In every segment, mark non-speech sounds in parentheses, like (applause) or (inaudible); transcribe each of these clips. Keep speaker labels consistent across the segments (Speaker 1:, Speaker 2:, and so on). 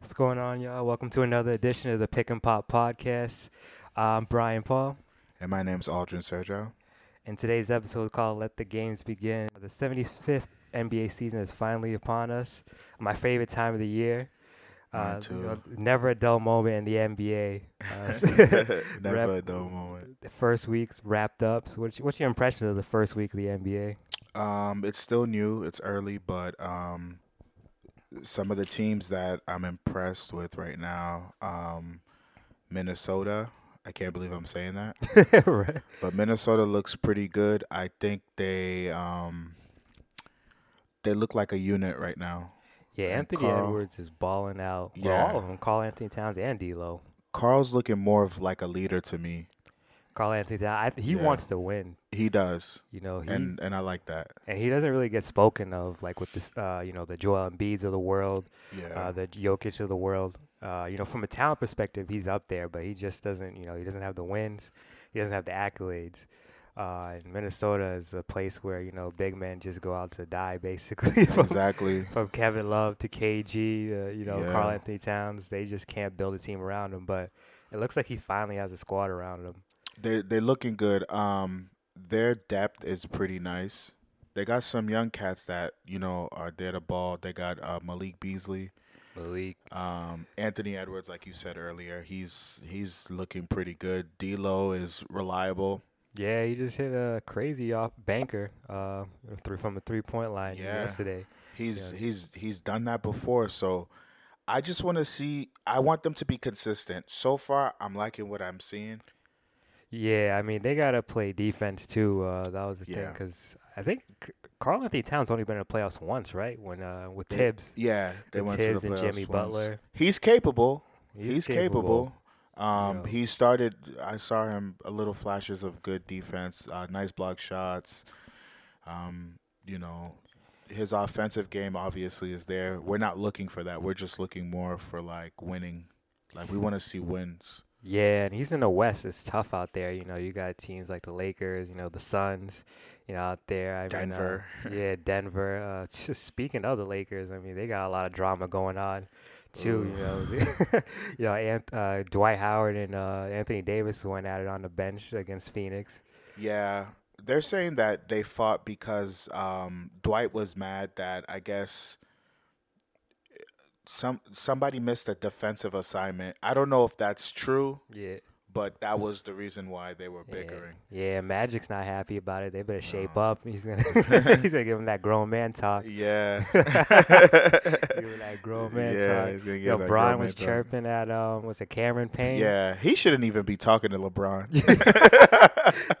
Speaker 1: What's going on, y'all? Welcome to another edition of the Pick and Pop Podcast. I'm Brian Paul,
Speaker 2: And my name's Aldrin Sergio.
Speaker 1: and today's episode is called Let the Games Begin. The 75th NBA season is finally upon us. My favorite time of the year. Uh,
Speaker 2: Mine
Speaker 1: you
Speaker 2: too.
Speaker 1: know, never a dull moment in the NBA.
Speaker 2: (laughs)
Speaker 1: Uh, so-
Speaker 2: Never
Speaker 1: Rep-
Speaker 2: a dull moment.
Speaker 1: the first week's wrapped up. So, what's, what's your impression of the first week of the NBA?
Speaker 2: (laughs) Um, it's still new. It's early, but um, some of the teams that I'm impressed with right now, um, Minnesota. I can't believe I'm saying that,
Speaker 1: right.
Speaker 2: but Minnesota looks pretty good. I think they um, they look like a unit right now.
Speaker 1: Yeah,
Speaker 2: And
Speaker 1: Anthony
Speaker 2: Carl.
Speaker 1: Edwards is balling out. Well,
Speaker 2: Yeah.
Speaker 1: all of them. Carl Anthony Towns and D'Lo.
Speaker 2: Carl's looking more of like a leader to me.
Speaker 1: Carl Anthony Towns, I, he
Speaker 2: Yeah.
Speaker 1: wants to win.
Speaker 2: He does,
Speaker 1: You know, he
Speaker 2: and and I like that.
Speaker 1: and he doesn't really get spoken of like with this, uh, you know, the Joel Embiid's of the world,
Speaker 2: Yeah,
Speaker 1: uh, the Jokic of the world. Uh, you know, from a talent perspective, he's up there, but he just doesn't. You know, he doesn't have the wins, he doesn't have the accolades. Uh, and Minnesota is a place where you know big men just go out to die, (laughs) basically. from,
Speaker 2: exactly.
Speaker 1: from Kevin Love to KG, to, you know, Carl
Speaker 2: Yeah.
Speaker 1: Anthony Towns, they just can't build a team around him. But it looks like he finally has a squad around him.
Speaker 2: They they're looking good. Um, their depth is pretty nice. They got some young cats that you know are there to ball. They got uh, Malik Beasley,
Speaker 1: Malik,
Speaker 2: um, Anthony Edwards, like you said earlier. He's he's looking pretty good. D'Lo is reliable.
Speaker 1: yeah, he just hit a crazy off banker uh, three from a three point line
Speaker 2: Yeah.
Speaker 1: yesterday.
Speaker 2: He's
Speaker 1: Yeah.
Speaker 2: he's he's done that before. So I just want to see. I want them to be consistent. So far, I'm liking what I'm seeing.
Speaker 1: Yeah, I mean they gotta play defense too. Uh, that was the thing
Speaker 2: Yeah.
Speaker 1: because I think C- Carl Anthony Towns only been in the playoffs once, right? When uh, with
Speaker 2: They-
Speaker 1: Tibbs,
Speaker 2: Yeah, they
Speaker 1: with
Speaker 2: went to
Speaker 1: Tibbs
Speaker 2: the
Speaker 1: and
Speaker 2: playoffs
Speaker 1: Jimmy
Speaker 2: once.
Speaker 1: Butler.
Speaker 2: He's capable. He's, capable. Um,
Speaker 1: Yeah.
Speaker 2: He started. I saw him a little flashes of good defense, uh, nice block shots. Um, you know, his offensive game obviously is there. We're not looking for that. We're just looking more for like winning. Like we want to see wins.
Speaker 1: Yeah, and he's in the West. It's tough out there. You know, you got teams like the Lakers, you know, the Suns, you know, out there. I mean, uh,
Speaker 2: Denver. (laughs)
Speaker 1: yeah, Denver. Uh, (laughs) just speaking of the Lakers, I mean, they got a lot of drama going on, too. You know, (laughs) you know, Anth- uh, Dwight Howard and uh, Anthony Davis went at it on the bench against Phoenix.
Speaker 2: Yeah, they're saying that they fought because um, Dwight was mad that I guess some somebody missed a defensive assignment. I don't know if that's true.
Speaker 1: Yeah,
Speaker 2: but that was the reason why they were
Speaker 1: yeah,
Speaker 2: bickering.
Speaker 1: yeah. Magic's not happy about it. They better shape
Speaker 2: No.
Speaker 1: up. He's gonna, (laughs)
Speaker 2: (laughs)
Speaker 1: he's gonna give him that grown man talk. (laughs)
Speaker 2: Yeah.
Speaker 1: Give him that grown man
Speaker 2: yeah,
Speaker 1: talk.
Speaker 2: he's gonna get
Speaker 1: Yo,
Speaker 2: that
Speaker 1: Brian
Speaker 2: grown
Speaker 1: was
Speaker 2: man talk.
Speaker 1: chirping at um, was it Cameron Payne?
Speaker 2: Yeah, he shouldn't even be talking to LeBron.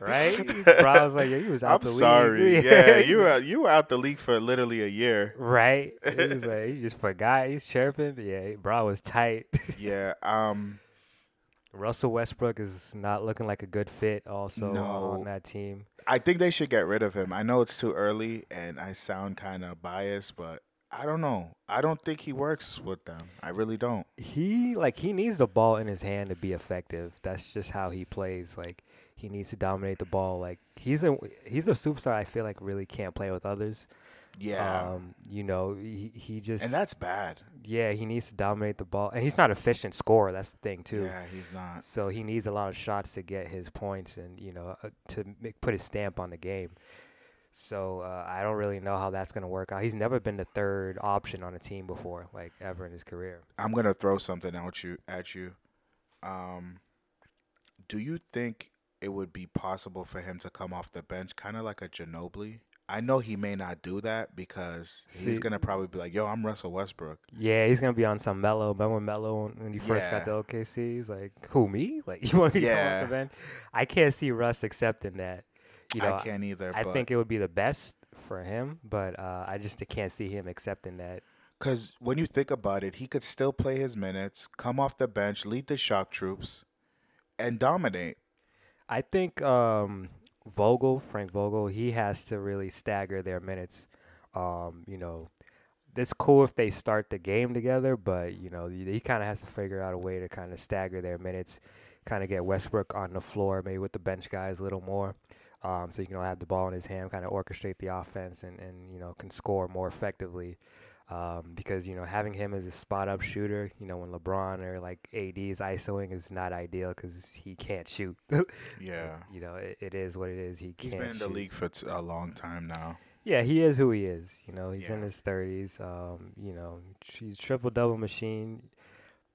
Speaker 1: (laughs) right? (laughs)
Speaker 2: (laughs)
Speaker 1: Bro, I was like, yo, you was out
Speaker 2: I'm
Speaker 1: the league. (laughs)
Speaker 2: sorry. Yeah, you were you were out the league for literally a year.
Speaker 1: right. He was like, he just forgot. He's chirping. Yeah, bro was tight. (laughs)
Speaker 2: Yeah. Um.
Speaker 1: Russell Westbrook is not looking like a good fit. Also uh, on
Speaker 2: No.
Speaker 1: that team.
Speaker 2: I think they should get rid of him. I know it's too early, and I sound kind of biased, but I don't know. I don't think he works with them. I really don't.
Speaker 1: He like he needs the ball in his hand to be effective. That's just how he plays. Like he needs to dominate the ball. Like he's a he's a superstar. I feel like really can't play with others.
Speaker 2: Yeah,
Speaker 1: Um, you know, he, he just
Speaker 2: and that's bad.
Speaker 1: yeah, he needs to dominate the ball, and he's not an efficient scorer. That's the thing too.
Speaker 2: Yeah, he's not.
Speaker 1: So he needs a lot of shots to get his points and you know uh, to make, put his stamp on the game. So uh, I don't really know how that's going to work out. He's never been the third option on a team before, like ever in his career.
Speaker 2: I'm gonna throw something out you at you. Um, do you think it would be possible for him to come off the bench, kind of like a Ginobili? I know he may not do that because he's
Speaker 1: See-
Speaker 2: gonna probably be like, "Yo, I'm Russell Westbrook."
Speaker 1: Yeah, he's going to be on some mellow. Remember Mellow when when he first got
Speaker 2: Yeah.
Speaker 1: to OKC? He's like, "Who me? Like (laughs) you want me to come
Speaker 2: Yeah.
Speaker 1: off the bench?" I can't see Russ accepting that. You know,
Speaker 2: I can't either.
Speaker 1: I
Speaker 2: but,
Speaker 1: think it would be the best for him, but uh, I just can't see him accepting that.
Speaker 2: because when you think about it, he could still play his minutes, come off the bench, lead the shock troops, and dominate.
Speaker 1: I think um, Vogel, Frank Vogel, he has to really stagger their minutes. Um, you know, it's cool if they start the game together, but you know, he, he kind of has to figure out a way to kind of stagger their minutes, kind of get Westbrook on the floor, maybe with the bench guys a little more. Um, so you can have the ball in his hand, kind of orchestrate the offense, and, and you know can score more effectively. um, because you know having him as a spot up shooter, you know when LeBron or like AD is isoing is not ideal because he can't shoot. (laughs)
Speaker 2: Yeah.
Speaker 1: you know it, it is what it is. He
Speaker 2: He's
Speaker 1: can't.
Speaker 2: been in the
Speaker 1: shoot.
Speaker 2: league for t- a long time now.
Speaker 1: Yeah, he is who he is. You know, he's in
Speaker 2: Yeah.
Speaker 1: his thirties. Um, you know, he's triple double machine,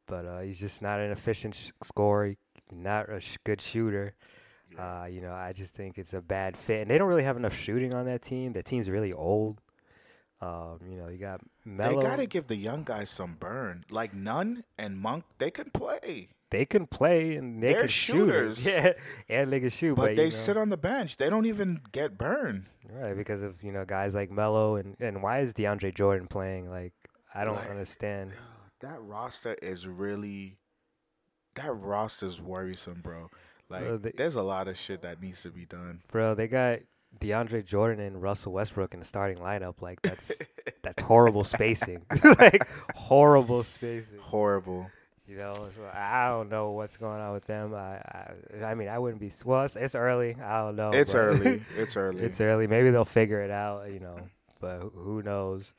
Speaker 1: but uh, he's just not an efficient sh- scorer. Not a sh- good shooter. Uh, you know, I just think it's a bad fit, and they don't really have enough shooting on that team. That team's really old. Um, you know, you got Melo.
Speaker 2: They got to give the young guys some burn. Like Nunn and Monk, they can play,
Speaker 1: they can play and they
Speaker 2: They're
Speaker 1: can (laughs) shooters.
Speaker 2: shooters.
Speaker 1: Yeah, and they can shoot,
Speaker 2: but,
Speaker 1: but,
Speaker 2: they
Speaker 1: you know,
Speaker 2: sit on the bench. They don't even get burn.
Speaker 1: right because of you know guys like Melo and and why is DeAndre Jordan playing? Like I don't
Speaker 2: Like-
Speaker 1: understand.
Speaker 2: That roster is really that roster's worrisome, bro. Like
Speaker 1: Bro, they-
Speaker 2: there's a lot of shit that needs to
Speaker 1: (laughs)
Speaker 2: be done.
Speaker 1: Bro, they got DeAndre Jordan and Russell Westbrook in the starting lineup. Like
Speaker 2: (laughs)
Speaker 1: that's that's horrible spacing. (laughs) like horrible spacing.
Speaker 2: Horrible.
Speaker 1: You know, so I don't know what's going on with them. I I, I mean, I wouldn't be. s- Well, it's, it's early. I don't know.
Speaker 2: it's
Speaker 1: but- (laughs)
Speaker 2: early. It's early.
Speaker 1: Oh, it's early. Maybe they'll figure it out. You know, but who- who knows?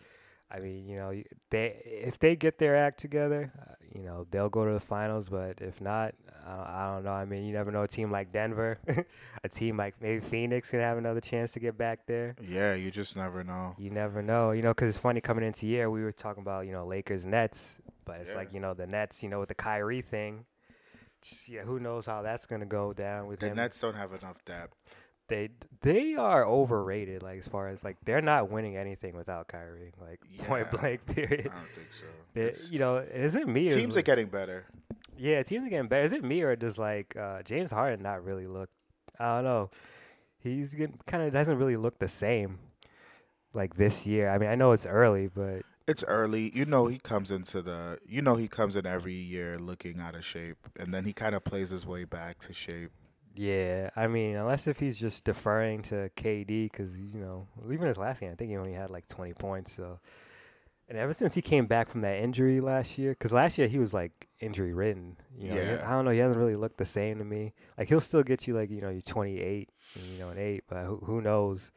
Speaker 1: I mean, you know, y- they if they get their act together, uh, you know, they'll go to the finals. But if not, I, I don't know. I mean, you never know. A team like Denver, (laughs) a team like maybe Phoenix can have another chance to get back there.
Speaker 2: yeah, you just never know.
Speaker 1: You never know, you know, because it's funny coming into year we were talking about you know Lakers Nets, but it's
Speaker 2: Yeah.
Speaker 1: like you know the Nets, you know, with the Kyrie thing. just- Yeah, who knows how that's gonna go down with
Speaker 2: The
Speaker 1: him.
Speaker 2: Nets don't have enough depth.
Speaker 1: They they are overrated, like as far as like they're not winning anything without Kyrie, like (laughs) point
Speaker 2: Yeah.
Speaker 1: blank
Speaker 2: I
Speaker 1: period.
Speaker 2: don't think so.
Speaker 1: (laughs) They,
Speaker 2: It's-
Speaker 1: you know, is it me? or is,
Speaker 2: teams are
Speaker 1: like-
Speaker 2: getting better.
Speaker 1: yeah, teams are getting better. Is it me or does like uh, James Harden not really look? I don't know. He's getting kind of doesn't really look the same, like this year. I mean, I know it's early, but
Speaker 2: It's early. You know he comes into the you know he comes in every year looking out of shape and then he kind of plays his way back to shape.
Speaker 1: Yeah, I mean, unless if he's just deferring to KD, because you know, even his last game, I think he only had like 20 points. So, and ever since he came back from that injury last year, because last year he was like injury ridden. You know, he-
Speaker 2: Yeah.
Speaker 1: I don't know, he hasn't really looked the same to me. Like he'll still get you like you know, you 28, and, you know, an eight, but who, who knows?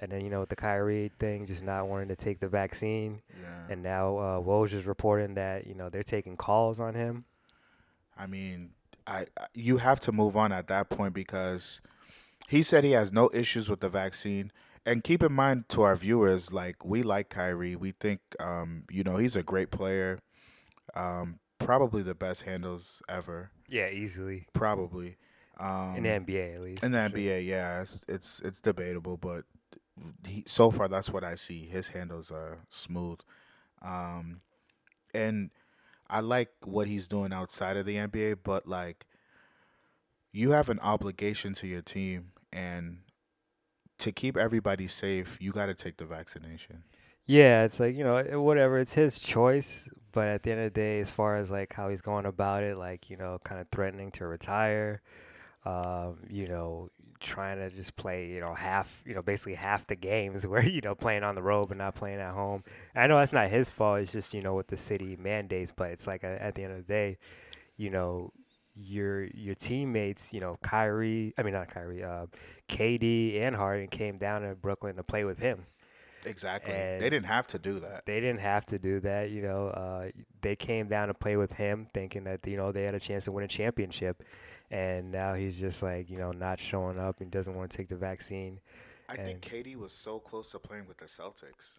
Speaker 1: And then you know with the Kyrie thing, just not wanting to take the vaccine,
Speaker 2: Yeah.
Speaker 1: and now uh, Woj is reporting that you know they're taking calls on him.
Speaker 2: I mean, I I- you have to move on at that point because he said he has no issues with the vaccine. And keep in mind to our viewers, like we like Kyrie, we think um, you know he's a great player, um, probably the best handles ever,
Speaker 1: Yeah, easily
Speaker 2: probably um,
Speaker 1: in the NBA at least.
Speaker 2: in the
Speaker 1: for sure.
Speaker 2: NBA. Yeah, it's it's, it's debatable, but he, so far that's what I see. His handles are smooth, um, and I like what he's doing outside of the NBA. But like, you have an obligation to your team, and to keep everybody safe, you got to take the vaccination.
Speaker 1: Yeah, it's like, you know, eh, whatever, it's his choice, but at the end of the day, as far as like how he's going about it, like, you know, kind of threatening to retire, um, you know, trying to just play, you know, half, you know, basically half the games (laughs) where, you know, playing on the road but not playing at home. I know that's not his fault, it's just, you know, what the city mandates, but it's like a- at the end of the day, you know, your your teammates, you know, Kyrie, I mean not Kyrie, uh, KD and Harden came down to Brooklyn to play with him
Speaker 2: Exactly.
Speaker 1: And-
Speaker 2: they didn't have to do that.
Speaker 1: they didn't have to do that. You know, uh, they came down to play with him, thinking that you know they had a chance to win a championship, and now he's just like you know not showing up and doesn't want to take the vaccine.
Speaker 2: I
Speaker 1: think
Speaker 2: think Katie was so close to playing with the Celtics.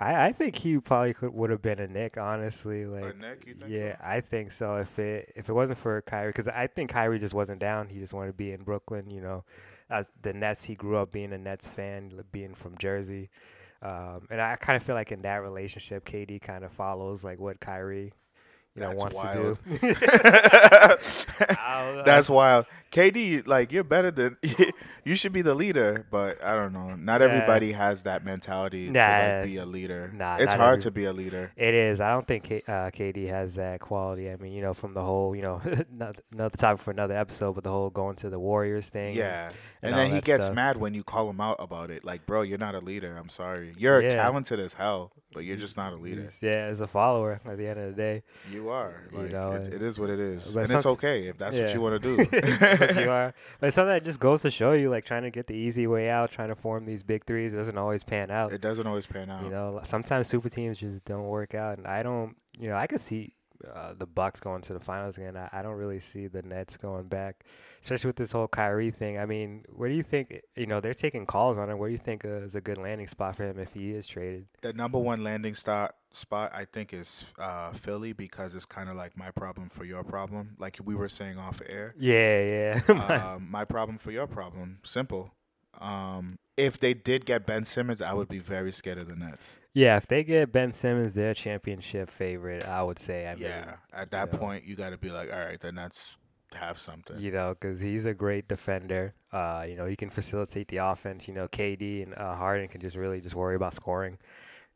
Speaker 1: I, I think he probably could would have been a Nick, honestly. Like,
Speaker 2: Nick, you think
Speaker 1: yeah, I think so. If it if it wasn't for Kyrie, because I think Kyrie just wasn't down. He just wanted to be in Brooklyn. You know, as the Nets, he grew up being a Nets fan, li- being from Jersey. Um, and I kind of feel like in that relationship, KD kind of follows like what Kyrie, you know,
Speaker 2: That's
Speaker 1: wants (laughs)
Speaker 2: wild. (laughs)
Speaker 1: to do. I don't know.
Speaker 2: That's wild. KD, like you're better than (laughs) you should be the leader, but I don't know. Not
Speaker 1: Yeah.
Speaker 2: everybody has that mentality to
Speaker 1: Nah.
Speaker 2: like, be a leader.
Speaker 1: Nah,
Speaker 2: it's
Speaker 1: not
Speaker 2: hard
Speaker 1: every-
Speaker 2: to be a leader.
Speaker 1: It is. I don't think K- uh, KD has that quality. I mean, you know, from the whole, you know, (laughs) another another topic for another episode, but the whole going to the Warriors thing. and-
Speaker 2: Yeah.
Speaker 1: and
Speaker 2: And,
Speaker 1: all
Speaker 2: then he
Speaker 1: that
Speaker 2: gets
Speaker 1: stuff.
Speaker 2: mad when you call him out about it. Like, bro, you're not a leader. I'm sorry. You're
Speaker 1: Yeah.
Speaker 2: talented as hell. but you're just not a leader.
Speaker 1: He's- yeah, as a follower at the end of the day.
Speaker 2: You are.
Speaker 1: You
Speaker 2: Like,
Speaker 1: know,
Speaker 2: it,
Speaker 1: and-
Speaker 2: it is what it is,
Speaker 1: but
Speaker 2: and it's
Speaker 1: some-
Speaker 2: okay if that's what
Speaker 1: yeah.
Speaker 2: you want to
Speaker 1: That's what you
Speaker 2: do.
Speaker 1: are. (laughs) But something that just goes to show you, like trying to get the easy way out, trying to form these big threes doesn't always pan out.
Speaker 2: (laughs) it doesn't always pan out.
Speaker 1: You know, like, sometimes super teams just don't work out, and I don't. You know, I could see uh, the Bucks going to the finals again. I, I don't really see the Nets going back, especially with this whole Kyrie thing. I mean, where do you think? eh, You know, they're taking calls on him. Where do you think uh, is a good landing spot for him if he is traded?
Speaker 2: The number one landing spot spot I think is uh, Philly because it's kind of like my problem for your problem, like we were saying off
Speaker 1: (laughs)
Speaker 2: air.
Speaker 1: Yeah, yeah.
Speaker 2: um, my problem for your problem. Simple. Um, if they did get Ben Simmons, I would be very scared of the Nets.
Speaker 1: Yeah, if they get Ben Simmons, their championship favorite, I would say. I mean,
Speaker 2: yeah. At that
Speaker 1: yeah.
Speaker 2: point, you got to be like, all right, the Nets have something.
Speaker 1: you know, because he's a great defender. Uh, you know, he can facilitate the offense. You know, KD and uh, Harden can just really just worry about scoring,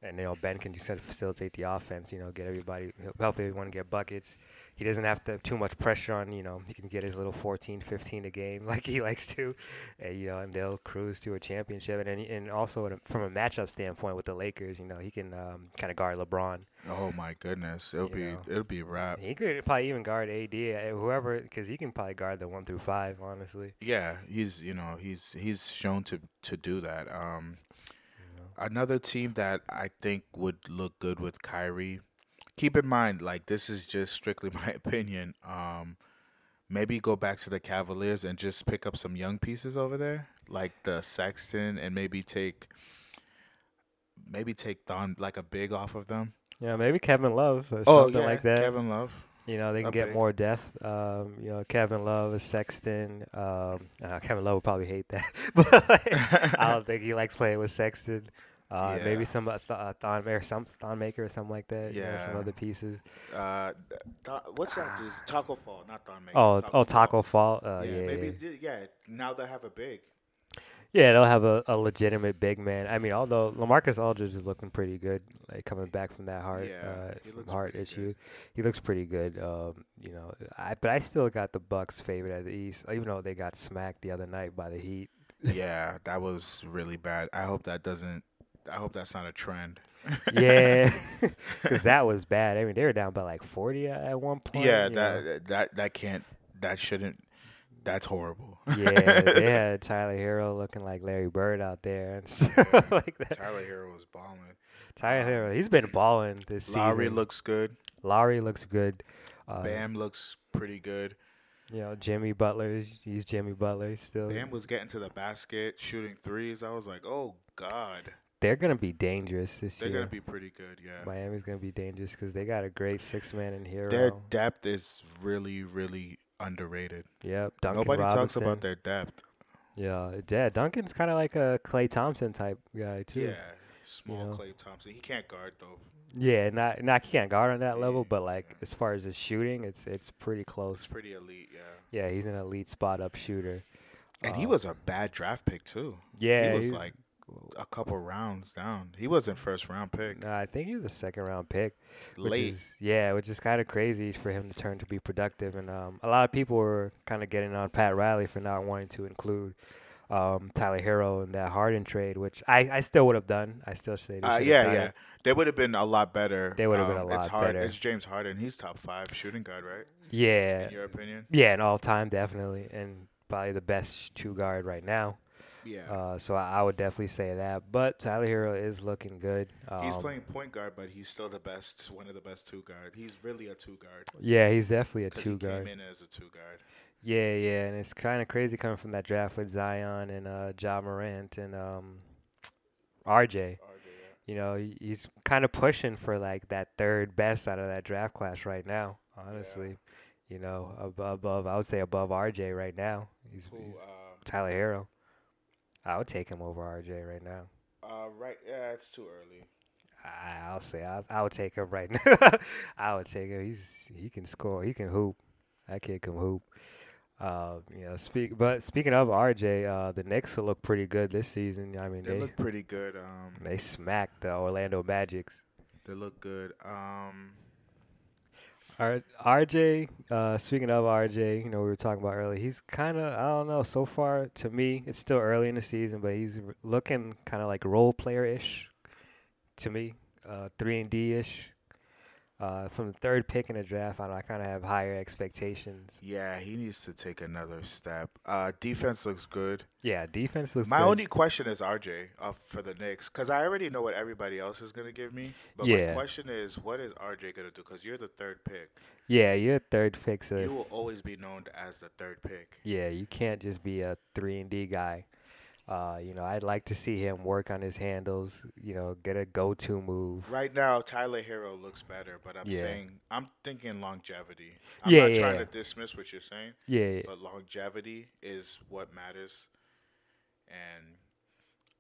Speaker 1: and you know Ben can just sort of facilitate the offense. You know, get everybody help everyone get buckets. He doesn't have to have too much pressure on. You know, he can get his little 14, 15 a game (laughs) like he likes to, and you know, and they'll cruise to a championship. And then he- and also in a- from a matchup standpoint with the Lakers, you know, he can um, kind of guard LeBron.
Speaker 2: Oh my goodness, it'll
Speaker 1: You
Speaker 2: be
Speaker 1: know.
Speaker 2: it'll be a wrap.
Speaker 1: He could probably even guard AD, eh, whoever, because he can probably guard the one through five, honestly.
Speaker 2: Yeah, he's you know he's he's shown to to do that. Um,
Speaker 1: you know.
Speaker 2: another team that I think would look good with Kyrie. Keep in mind, like this is just strictly (laughs) my opinion. Um, maybe go back to the Cavaliers and just pick up some young pieces over there, like the Sexton, and maybe take maybe take Thon like a big off of them.
Speaker 1: Yeah, maybe Kevin Love or
Speaker 2: Oh
Speaker 1: something
Speaker 2: yeah,
Speaker 1: like that. (laughs)
Speaker 2: Kevin Love.
Speaker 1: you know, they can
Speaker 2: a
Speaker 1: get
Speaker 2: big-
Speaker 1: more depth. Um, you know, Kevin Love, Sexton. Um, (laughs) uh, Kevin Love would probably hate that, (laughs) but
Speaker 2: (laughs)
Speaker 1: like, I don't think he likes playing with Sexton. Uh,
Speaker 2: Yeah.
Speaker 1: Maybe some uh, th- uh, Thon or some Thon Maker or something like that. you know, some
Speaker 2: Yeah.
Speaker 1: other pieces.
Speaker 2: Uh, th- Thon- what's that
Speaker 1: (sighs)
Speaker 2: dude? Taco Fall, not Don Maker.
Speaker 1: Oh, oh,
Speaker 2: Fall.
Speaker 1: Taco Fall. Uh, yeah,
Speaker 2: yeah, maybe
Speaker 1: yeah.
Speaker 2: ju- yeah. Now they have a big.
Speaker 1: Yeah, they'll have a, a legitimate big man. I mean, although Lamarcus Aldridge is looking pretty good, like coming back from that heart
Speaker 2: Yeah,
Speaker 1: uh,
Speaker 2: he
Speaker 1: from
Speaker 2: looks
Speaker 1: heart
Speaker 2: pretty
Speaker 1: issue, he looks pretty good. Um, you know, I but I still got the Bucks favored at the East, even though they got smacked the other night by the
Speaker 2: (laughs)
Speaker 1: Heat.
Speaker 2: yeah, that was really bad. I hope that doesn't. I hope that's not a trend.
Speaker 1: (laughs) Yeah, (laughs) because that was bad. I mean, they were down by like forty at, at one point.
Speaker 2: (laughs) yeah,
Speaker 1: you know.
Speaker 2: that that that can't. That shouldn't. That's horrible. (laughs)
Speaker 1: yeah, they had Tyler Hero looking like Larry Bird out there and (laughs) stuff like that.
Speaker 2: Tyler Hero was balling.
Speaker 1: Tyler Hero, he's been balling this
Speaker 2: Lowry
Speaker 1: season.
Speaker 2: looks good.
Speaker 1: Lowry looks good. Uh,
Speaker 2: Bam looks pretty good.
Speaker 1: You know, Jimmy Butler, he's Jimmy Butler still.
Speaker 2: Bam was getting to the basket, shooting threes. I was like, oh god,
Speaker 1: They're going to be dangerous this
Speaker 2: they're
Speaker 1: year.
Speaker 2: gonna be pretty good. Yeah,
Speaker 1: Miami's going to be dangerous because they got a great six man in Hero.
Speaker 2: their depth is really, really underrated.
Speaker 1: yep. Duncan
Speaker 2: Nobody talks
Speaker 1: Robinson.
Speaker 2: about their depth.
Speaker 1: Yeah. Yeah. Duncan's kind of like a Clay Thompson type guy, too.
Speaker 2: Yeah, small
Speaker 1: know?
Speaker 2: Clay Thompson. He can't guard though.
Speaker 1: Yeah, Not, not, he can't guard on that level,
Speaker 2: Yeah,
Speaker 1: but like
Speaker 2: yeah.
Speaker 1: as far as his shooting, it's it's pretty
Speaker 2: He's
Speaker 1: close.
Speaker 2: pretty elite, yeah. Um,
Speaker 1: Yeah. He's an elite spot up shooter.
Speaker 2: And he
Speaker 1: Uh,
Speaker 2: was a bad draft pick too.
Speaker 1: Yeah.
Speaker 2: he was like a couple rounds down. He wasn't first round pick.
Speaker 1: Nah, I think he was a second round pick. which
Speaker 2: Late.
Speaker 1: Is, yeah, which is kind of crazy for him to turn to be productive. And um, a lot of people were kind of getting on Pat Riley for not wanting to include um, Tyler Hero in that Harden trade, which I, I still would have done. I still say they
Speaker 2: Uh,
Speaker 1: should
Speaker 2: yeah,
Speaker 1: have done
Speaker 2: yeah.
Speaker 1: it.
Speaker 2: They would have been a lot better. Um,
Speaker 1: They would've been a
Speaker 2: It's
Speaker 1: lot
Speaker 2: hard.
Speaker 1: better.
Speaker 2: It's James Harden. He's top five shooting guard, right?
Speaker 1: yeah,
Speaker 2: In your opinion?
Speaker 1: yeah, in all time definitely, and probably the best two guard right now.
Speaker 2: Yeah.
Speaker 1: Uh, so I, I would definitely say that. But Tyler Hero is looking good. Um,
Speaker 2: he's playing point guard, but he's still the best, one of the best two guard. He's really a two guard.
Speaker 1: Yeah, he's definitely a
Speaker 2: 'cause
Speaker 1: two
Speaker 2: he
Speaker 1: guard.
Speaker 2: came in as a two guard.
Speaker 1: Yeah, yeah, and it's kind of crazy coming from that draft with Zion and uh, Ja Morant and um, RJ.
Speaker 2: RJ, yeah.
Speaker 1: You know, he- he's kind of pushing for like that third best out of that draft class right now. Honestly, you know, above, above I would say above RJ right now. He's, he's
Speaker 2: Who, um,
Speaker 1: Tyler Hero. I would take him over RJ right now.
Speaker 2: uh, right, yeah, it's too early.
Speaker 1: I, I'll say I, I would take him right (laughs) now. I would take him. He's he can score. He can hoop. That kid can hoop. Uh, you know, speak. But speaking of RJ, uh, the Knicks will look pretty good this season. I mean,
Speaker 2: They
Speaker 1: they
Speaker 2: look pretty good. Um,
Speaker 1: they smacked the Orlando Magics.
Speaker 2: They look good. Um,
Speaker 1: R- RJ, uh, speaking of RJ, you know, we were talking about earlier, he's kind of, I don't know, so far to me, it's still early in the season, but he's r- looking kind of like role player ish to me. uh, three and D ish. Uh, from the third pick in the draft, I, know I kind of have higher expectations.
Speaker 2: Yeah, he needs to take another step. Uh, defense looks good.
Speaker 1: Yeah, defense looks.
Speaker 2: My
Speaker 1: good.
Speaker 2: only question is RJ uh, for the Knicks because I already know what everybody else is going to give me. But
Speaker 1: Yeah.
Speaker 2: my question is, what is RJ going to do? Because you're the third pick.
Speaker 1: Yeah, your third pick. So if-
Speaker 2: You will always be known as the third pick.
Speaker 1: yeah, you can't just be a three and D guy. Uh, you know, I'd like to see him work on his handles. You know, get a go-to move.
Speaker 2: Right now, Tyler Hero looks better, but I'm
Speaker 1: Yeah.
Speaker 2: saying I'm thinking longevity. I'm
Speaker 1: Yeah,
Speaker 2: not
Speaker 1: yeah,
Speaker 2: trying
Speaker 1: yeah.
Speaker 2: to dismiss what you're saying,
Speaker 1: Yeah,
Speaker 2: but longevity is what matters. And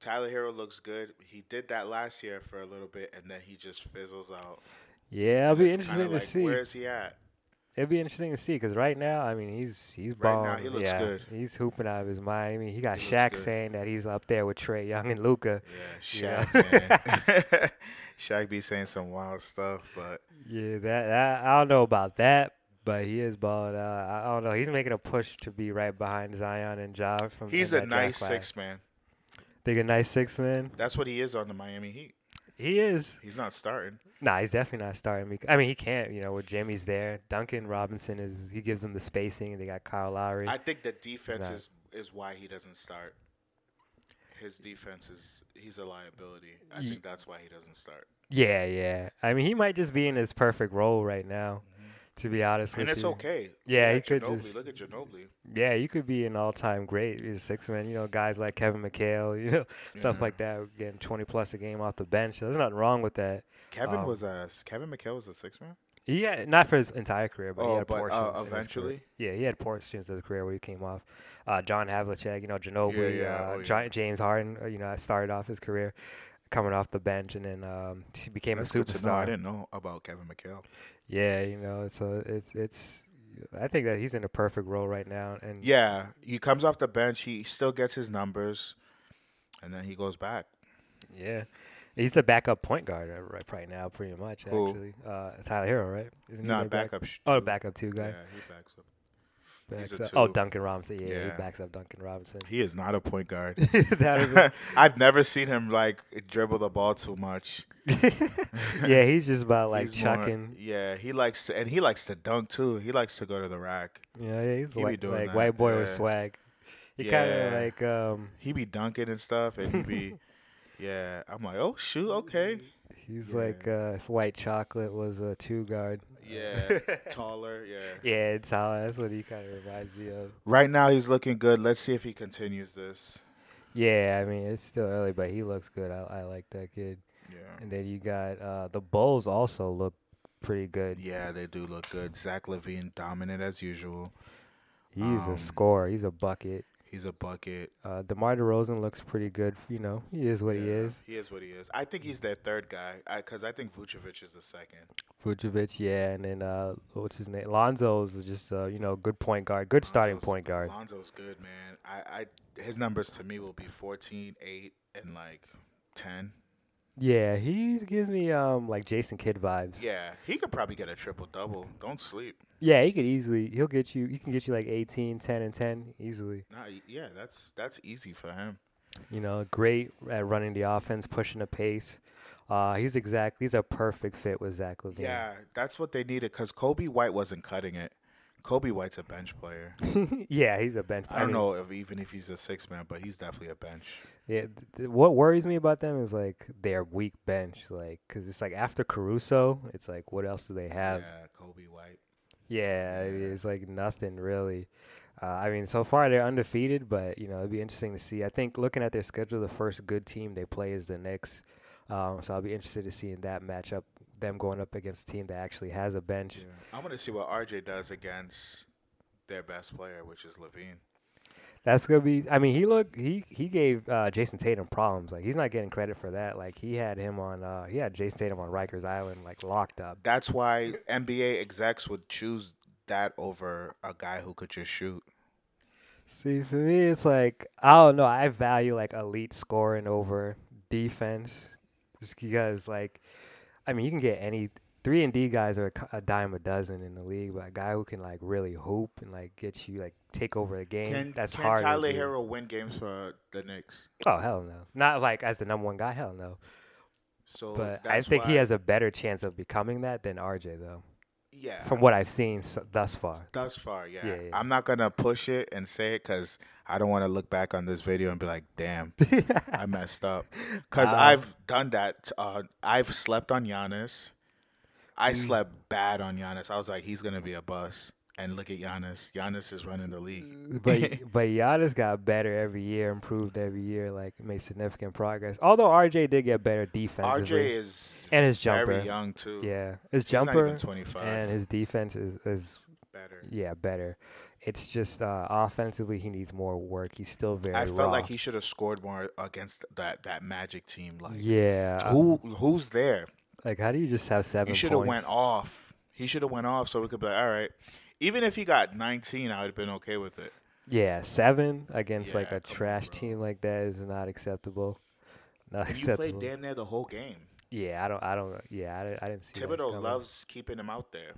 Speaker 2: Tyler Hero looks good. He did that last year for a little bit, and then he just fizzles out.
Speaker 1: yeah, it'll be
Speaker 2: It's kinda
Speaker 1: interesting to
Speaker 2: like,
Speaker 1: see.
Speaker 2: Where is he at?
Speaker 1: It'd be interesting to see because right now, I mean, he's he's
Speaker 2: Right
Speaker 1: balling.
Speaker 2: now, he looks
Speaker 1: yeah,
Speaker 2: good.
Speaker 1: he's hooping out of his mind. I mean, he got
Speaker 2: He looks
Speaker 1: Shaq
Speaker 2: good.
Speaker 1: saying that he's up there with Trey Young and Luca. Yeah.
Speaker 2: Yeah, Shaq. Man.
Speaker 1: (laughs)
Speaker 2: Shaq be saying some wild stuff, but
Speaker 1: Yeah, that, that I don't know about that, but he is balling out. I, I don't know. He's making a push to be right behind Zion and Ja from.
Speaker 2: he's
Speaker 1: in
Speaker 2: a
Speaker 1: that draft
Speaker 2: nice
Speaker 1: class.
Speaker 2: six man.
Speaker 1: Think a nice six man.
Speaker 2: That's what he is on the Miami Heat.
Speaker 1: He is.
Speaker 2: He's not starting.
Speaker 1: Nah, he's definitely not starting. Because, I mean, he can't. You know, with Jimmy's there, Duncan Robinson is. He gives them the spacing, and they got Kyle Lowry.
Speaker 2: I think the defense
Speaker 1: not.
Speaker 2: is is why he doesn't start. His defense is he's a liability. I
Speaker 1: Ye-
Speaker 2: think that's why he doesn't start.
Speaker 1: yeah, yeah. I mean, he might just be in his perfect role right now. To be honest
Speaker 2: And
Speaker 1: with
Speaker 2: it's
Speaker 1: you.
Speaker 2: okay.
Speaker 1: Yeah,
Speaker 2: Look
Speaker 1: he
Speaker 2: at
Speaker 1: could
Speaker 2: Ginobili.
Speaker 1: just-
Speaker 2: Look at Ginobili.
Speaker 1: Yeah, you could be an all-time great as a six man. You know, guys like Kevin McHale, (laughs) you know, stuff
Speaker 2: Yeah.
Speaker 1: like that, getting 20 plus a game off the bench. There's nothing wrong with that.
Speaker 2: Kevin
Speaker 1: Um,
Speaker 2: was a Kevin McHale was a six man.
Speaker 1: He had, not for his entire career, but he
Speaker 2: Oh,
Speaker 1: had
Speaker 2: but, uh,
Speaker 1: portions. in his career.
Speaker 2: eventually?
Speaker 1: yeah, he had portions of the career where he came off. Uh, John Havlicek, you know, Ginobili,
Speaker 2: yeah,
Speaker 1: uh,
Speaker 2: oh,
Speaker 1: Gi-
Speaker 2: yeah.
Speaker 1: James Harden. uh, You know, started off his career coming off the bench, and then um, he became
Speaker 2: That's
Speaker 1: a
Speaker 2: good to know. I
Speaker 1: superstar. Mm.
Speaker 2: didn't know about Kevin McHale.
Speaker 1: Yeah, you know, so it's it's. I think that he's in a perfect role right now, and
Speaker 2: Yeah, he comes off the bench. He still gets his numbers, and then he goes back.
Speaker 1: Yeah. He's the backup point guard uh, right right now, pretty much.
Speaker 2: Who?
Speaker 1: Actually, uh, Tyler Hero, right? Isn't he
Speaker 2: Not
Speaker 1: their back-
Speaker 2: backup. sh-
Speaker 1: Oh, backup two
Speaker 2: Yeah,
Speaker 1: guy.
Speaker 2: he backs up.
Speaker 1: Backs
Speaker 2: he's a
Speaker 1: up- Oh,
Speaker 2: two.
Speaker 1: Duncan Robinson. Yeah, he
Speaker 2: Yeah.
Speaker 1: backs up Duncan Robinson.
Speaker 2: (laughs)
Speaker 1: (laughs)
Speaker 2: He is not a point guard.
Speaker 1: that
Speaker 2: (laughs)
Speaker 1: is
Speaker 2: I've never seen him like dribble the ball too much.
Speaker 1: (laughs) yeah, he's just about like
Speaker 2: He's more-
Speaker 1: chucking.
Speaker 2: yeah, he likes to, and he likes to dunk too. He likes to go to the rack.
Speaker 1: Yeah, yeah, he's
Speaker 2: He be
Speaker 1: white,
Speaker 2: doing
Speaker 1: like
Speaker 2: that,
Speaker 1: white boy with
Speaker 2: yeah.
Speaker 1: swag. He kind
Speaker 2: Yeah.
Speaker 1: of like um,
Speaker 2: He be dunking and stuff, and
Speaker 1: (laughs)
Speaker 2: he be, yeah. I'm like, oh shoot, okay.
Speaker 1: he's
Speaker 2: Yeah.
Speaker 1: like uh, if white chocolate was a two guard. (laughs)
Speaker 2: Yeah, taller. Yeah.
Speaker 1: yeah, it's how that's what he kind of reminds me of.
Speaker 2: Right now he's looking good. Let's see if he continues this.
Speaker 1: Yeah, I mean it's still early, but he looks good. I, I like that kid.
Speaker 2: Yeah.
Speaker 1: And then you got uh, the Bulls also look pretty good.
Speaker 2: Yeah, they do look good. Zach Levine dominant as usual.
Speaker 1: He's
Speaker 2: Um,
Speaker 1: a scorer. He's a bucket.
Speaker 2: He's a bucket.
Speaker 1: Uh, DeMar DeRozan looks pretty good. You know, he is what he
Speaker 2: Yeah,
Speaker 1: is.
Speaker 2: He is what he is. I think he's their third guy because I, think Vucevic is the second.
Speaker 1: Vucevic, yeah, and then uh, what's his name? Lonzo's is just uh, you know good point guard, good starting
Speaker 2: Lonzo's-
Speaker 1: point guard.
Speaker 2: Lonzo's good, man. I, I his numbers to me will be 14, 8, and like 10.
Speaker 1: Yeah, he gives me um like Jason Kidd vibes.
Speaker 2: Yeah, he could probably get a triple double. Don't sleep.
Speaker 1: Yeah, he could easily. He'll get you. He can get you like 18, 10, and 10 easily.
Speaker 2: Nah, y- yeah, that's that's easy for him.
Speaker 1: You know, great at running the offense, pushing the pace. Uh, he's exact. He's a perfect fit with Zach Levine.
Speaker 2: Yeah, that's what they needed because Kobe White wasn't cutting it. Kobe White's a bench player.
Speaker 1: (laughs) yeah, he's a bench.
Speaker 2: I don't
Speaker 1: mean,
Speaker 2: know if even if he's a six man, but he's definitely a bench.
Speaker 1: Yeah, th- th- what worries me about them is like their weak bench, like because it's like after Caruso, it's like what else do they have?
Speaker 2: yeah, Kobe White.
Speaker 1: Yeah, I mean,
Speaker 2: Yeah.
Speaker 1: it's like nothing really. Uh, I mean, so far they're undefeated, but you know it'd be interesting to see. I think looking at their schedule, the first good team they play is the Knicks, um, so I'll be interested to see in that matchup them going up against a team that actually has a bench.
Speaker 2: I want to see what RJ does against their best player, which is Levine.
Speaker 1: That's gonna be. I mean, he look he he gave uh, Jason Tatum problems. Like he's not getting credit for that. Like he had him on. Uh, he had Jason Tatum on Rikers Island, like locked up.
Speaker 2: That's why NBA execs would choose that over a guy who could just shoot.
Speaker 1: See, for me, it's like I don't know. I value like elite scoring over defense, just because like, I mean, you can get any three and D guys are a co- a dime a dozen in the league, but a guy who can like really hoop and like get you like take over the game.
Speaker 2: Can,
Speaker 1: that's
Speaker 2: can
Speaker 1: hard. in the
Speaker 2: Tyler
Speaker 1: league.
Speaker 2: Hero win games for the Knicks?
Speaker 1: Oh hell no! Not like as the number one guy. Hell no.
Speaker 2: So
Speaker 1: But I
Speaker 2: that's
Speaker 1: think he
Speaker 2: why-
Speaker 1: has a better chance of becoming that than RJ though,
Speaker 2: yeah
Speaker 1: from what I've seen s thus far. (laughs)
Speaker 2: thus far. Yeah.
Speaker 1: Yeah, yeah.
Speaker 2: I'm not gonna push it and say it because I don't want to look back on this video and be like, damn, (laughs) I
Speaker 1: (laughs)
Speaker 2: messed up. Because
Speaker 1: Uh,
Speaker 2: I've done that. Uh, I've slept on Giannis. I
Speaker 1: Mm.
Speaker 2: slept bad on Giannis. I was like, he's gonna be a bust. And look at Giannis. Giannis is running the league.
Speaker 1: Mm,
Speaker 2: (laughs)
Speaker 1: but but Giannis got better every year, improved every year, like made significant progress. Although RJ did get better defensively
Speaker 2: RJ is
Speaker 1: and his jumper.
Speaker 2: very young too.
Speaker 1: Yeah, his
Speaker 2: he's not
Speaker 1: jumper
Speaker 2: even 25.
Speaker 1: and his defense is, is
Speaker 2: better.
Speaker 1: yeah better. It's just uh, offensively he needs more work. He's still very.
Speaker 2: I felt
Speaker 1: raw.
Speaker 2: like he should have scored more against that that Magic team. Like
Speaker 1: yeah. uh,
Speaker 2: who who's there?
Speaker 1: Like how do you just have seven?
Speaker 2: He should have
Speaker 1: points?
Speaker 2: went off. He should have went off so we could be like, all right. Even if he got 19, I would have been okay with it.
Speaker 1: Yeah, seven against like
Speaker 2: Yeah,
Speaker 1: a
Speaker 2: come on,
Speaker 1: trash
Speaker 2: bro.
Speaker 1: team like that is not acceptable. Not
Speaker 2: And you
Speaker 1: acceptable.
Speaker 2: played damn near the whole game.
Speaker 1: yeah, I don't. I don't. Yeah, I, di- I didn't see. that
Speaker 2: Thibodeau
Speaker 1: coming.
Speaker 2: loves keeping him out there.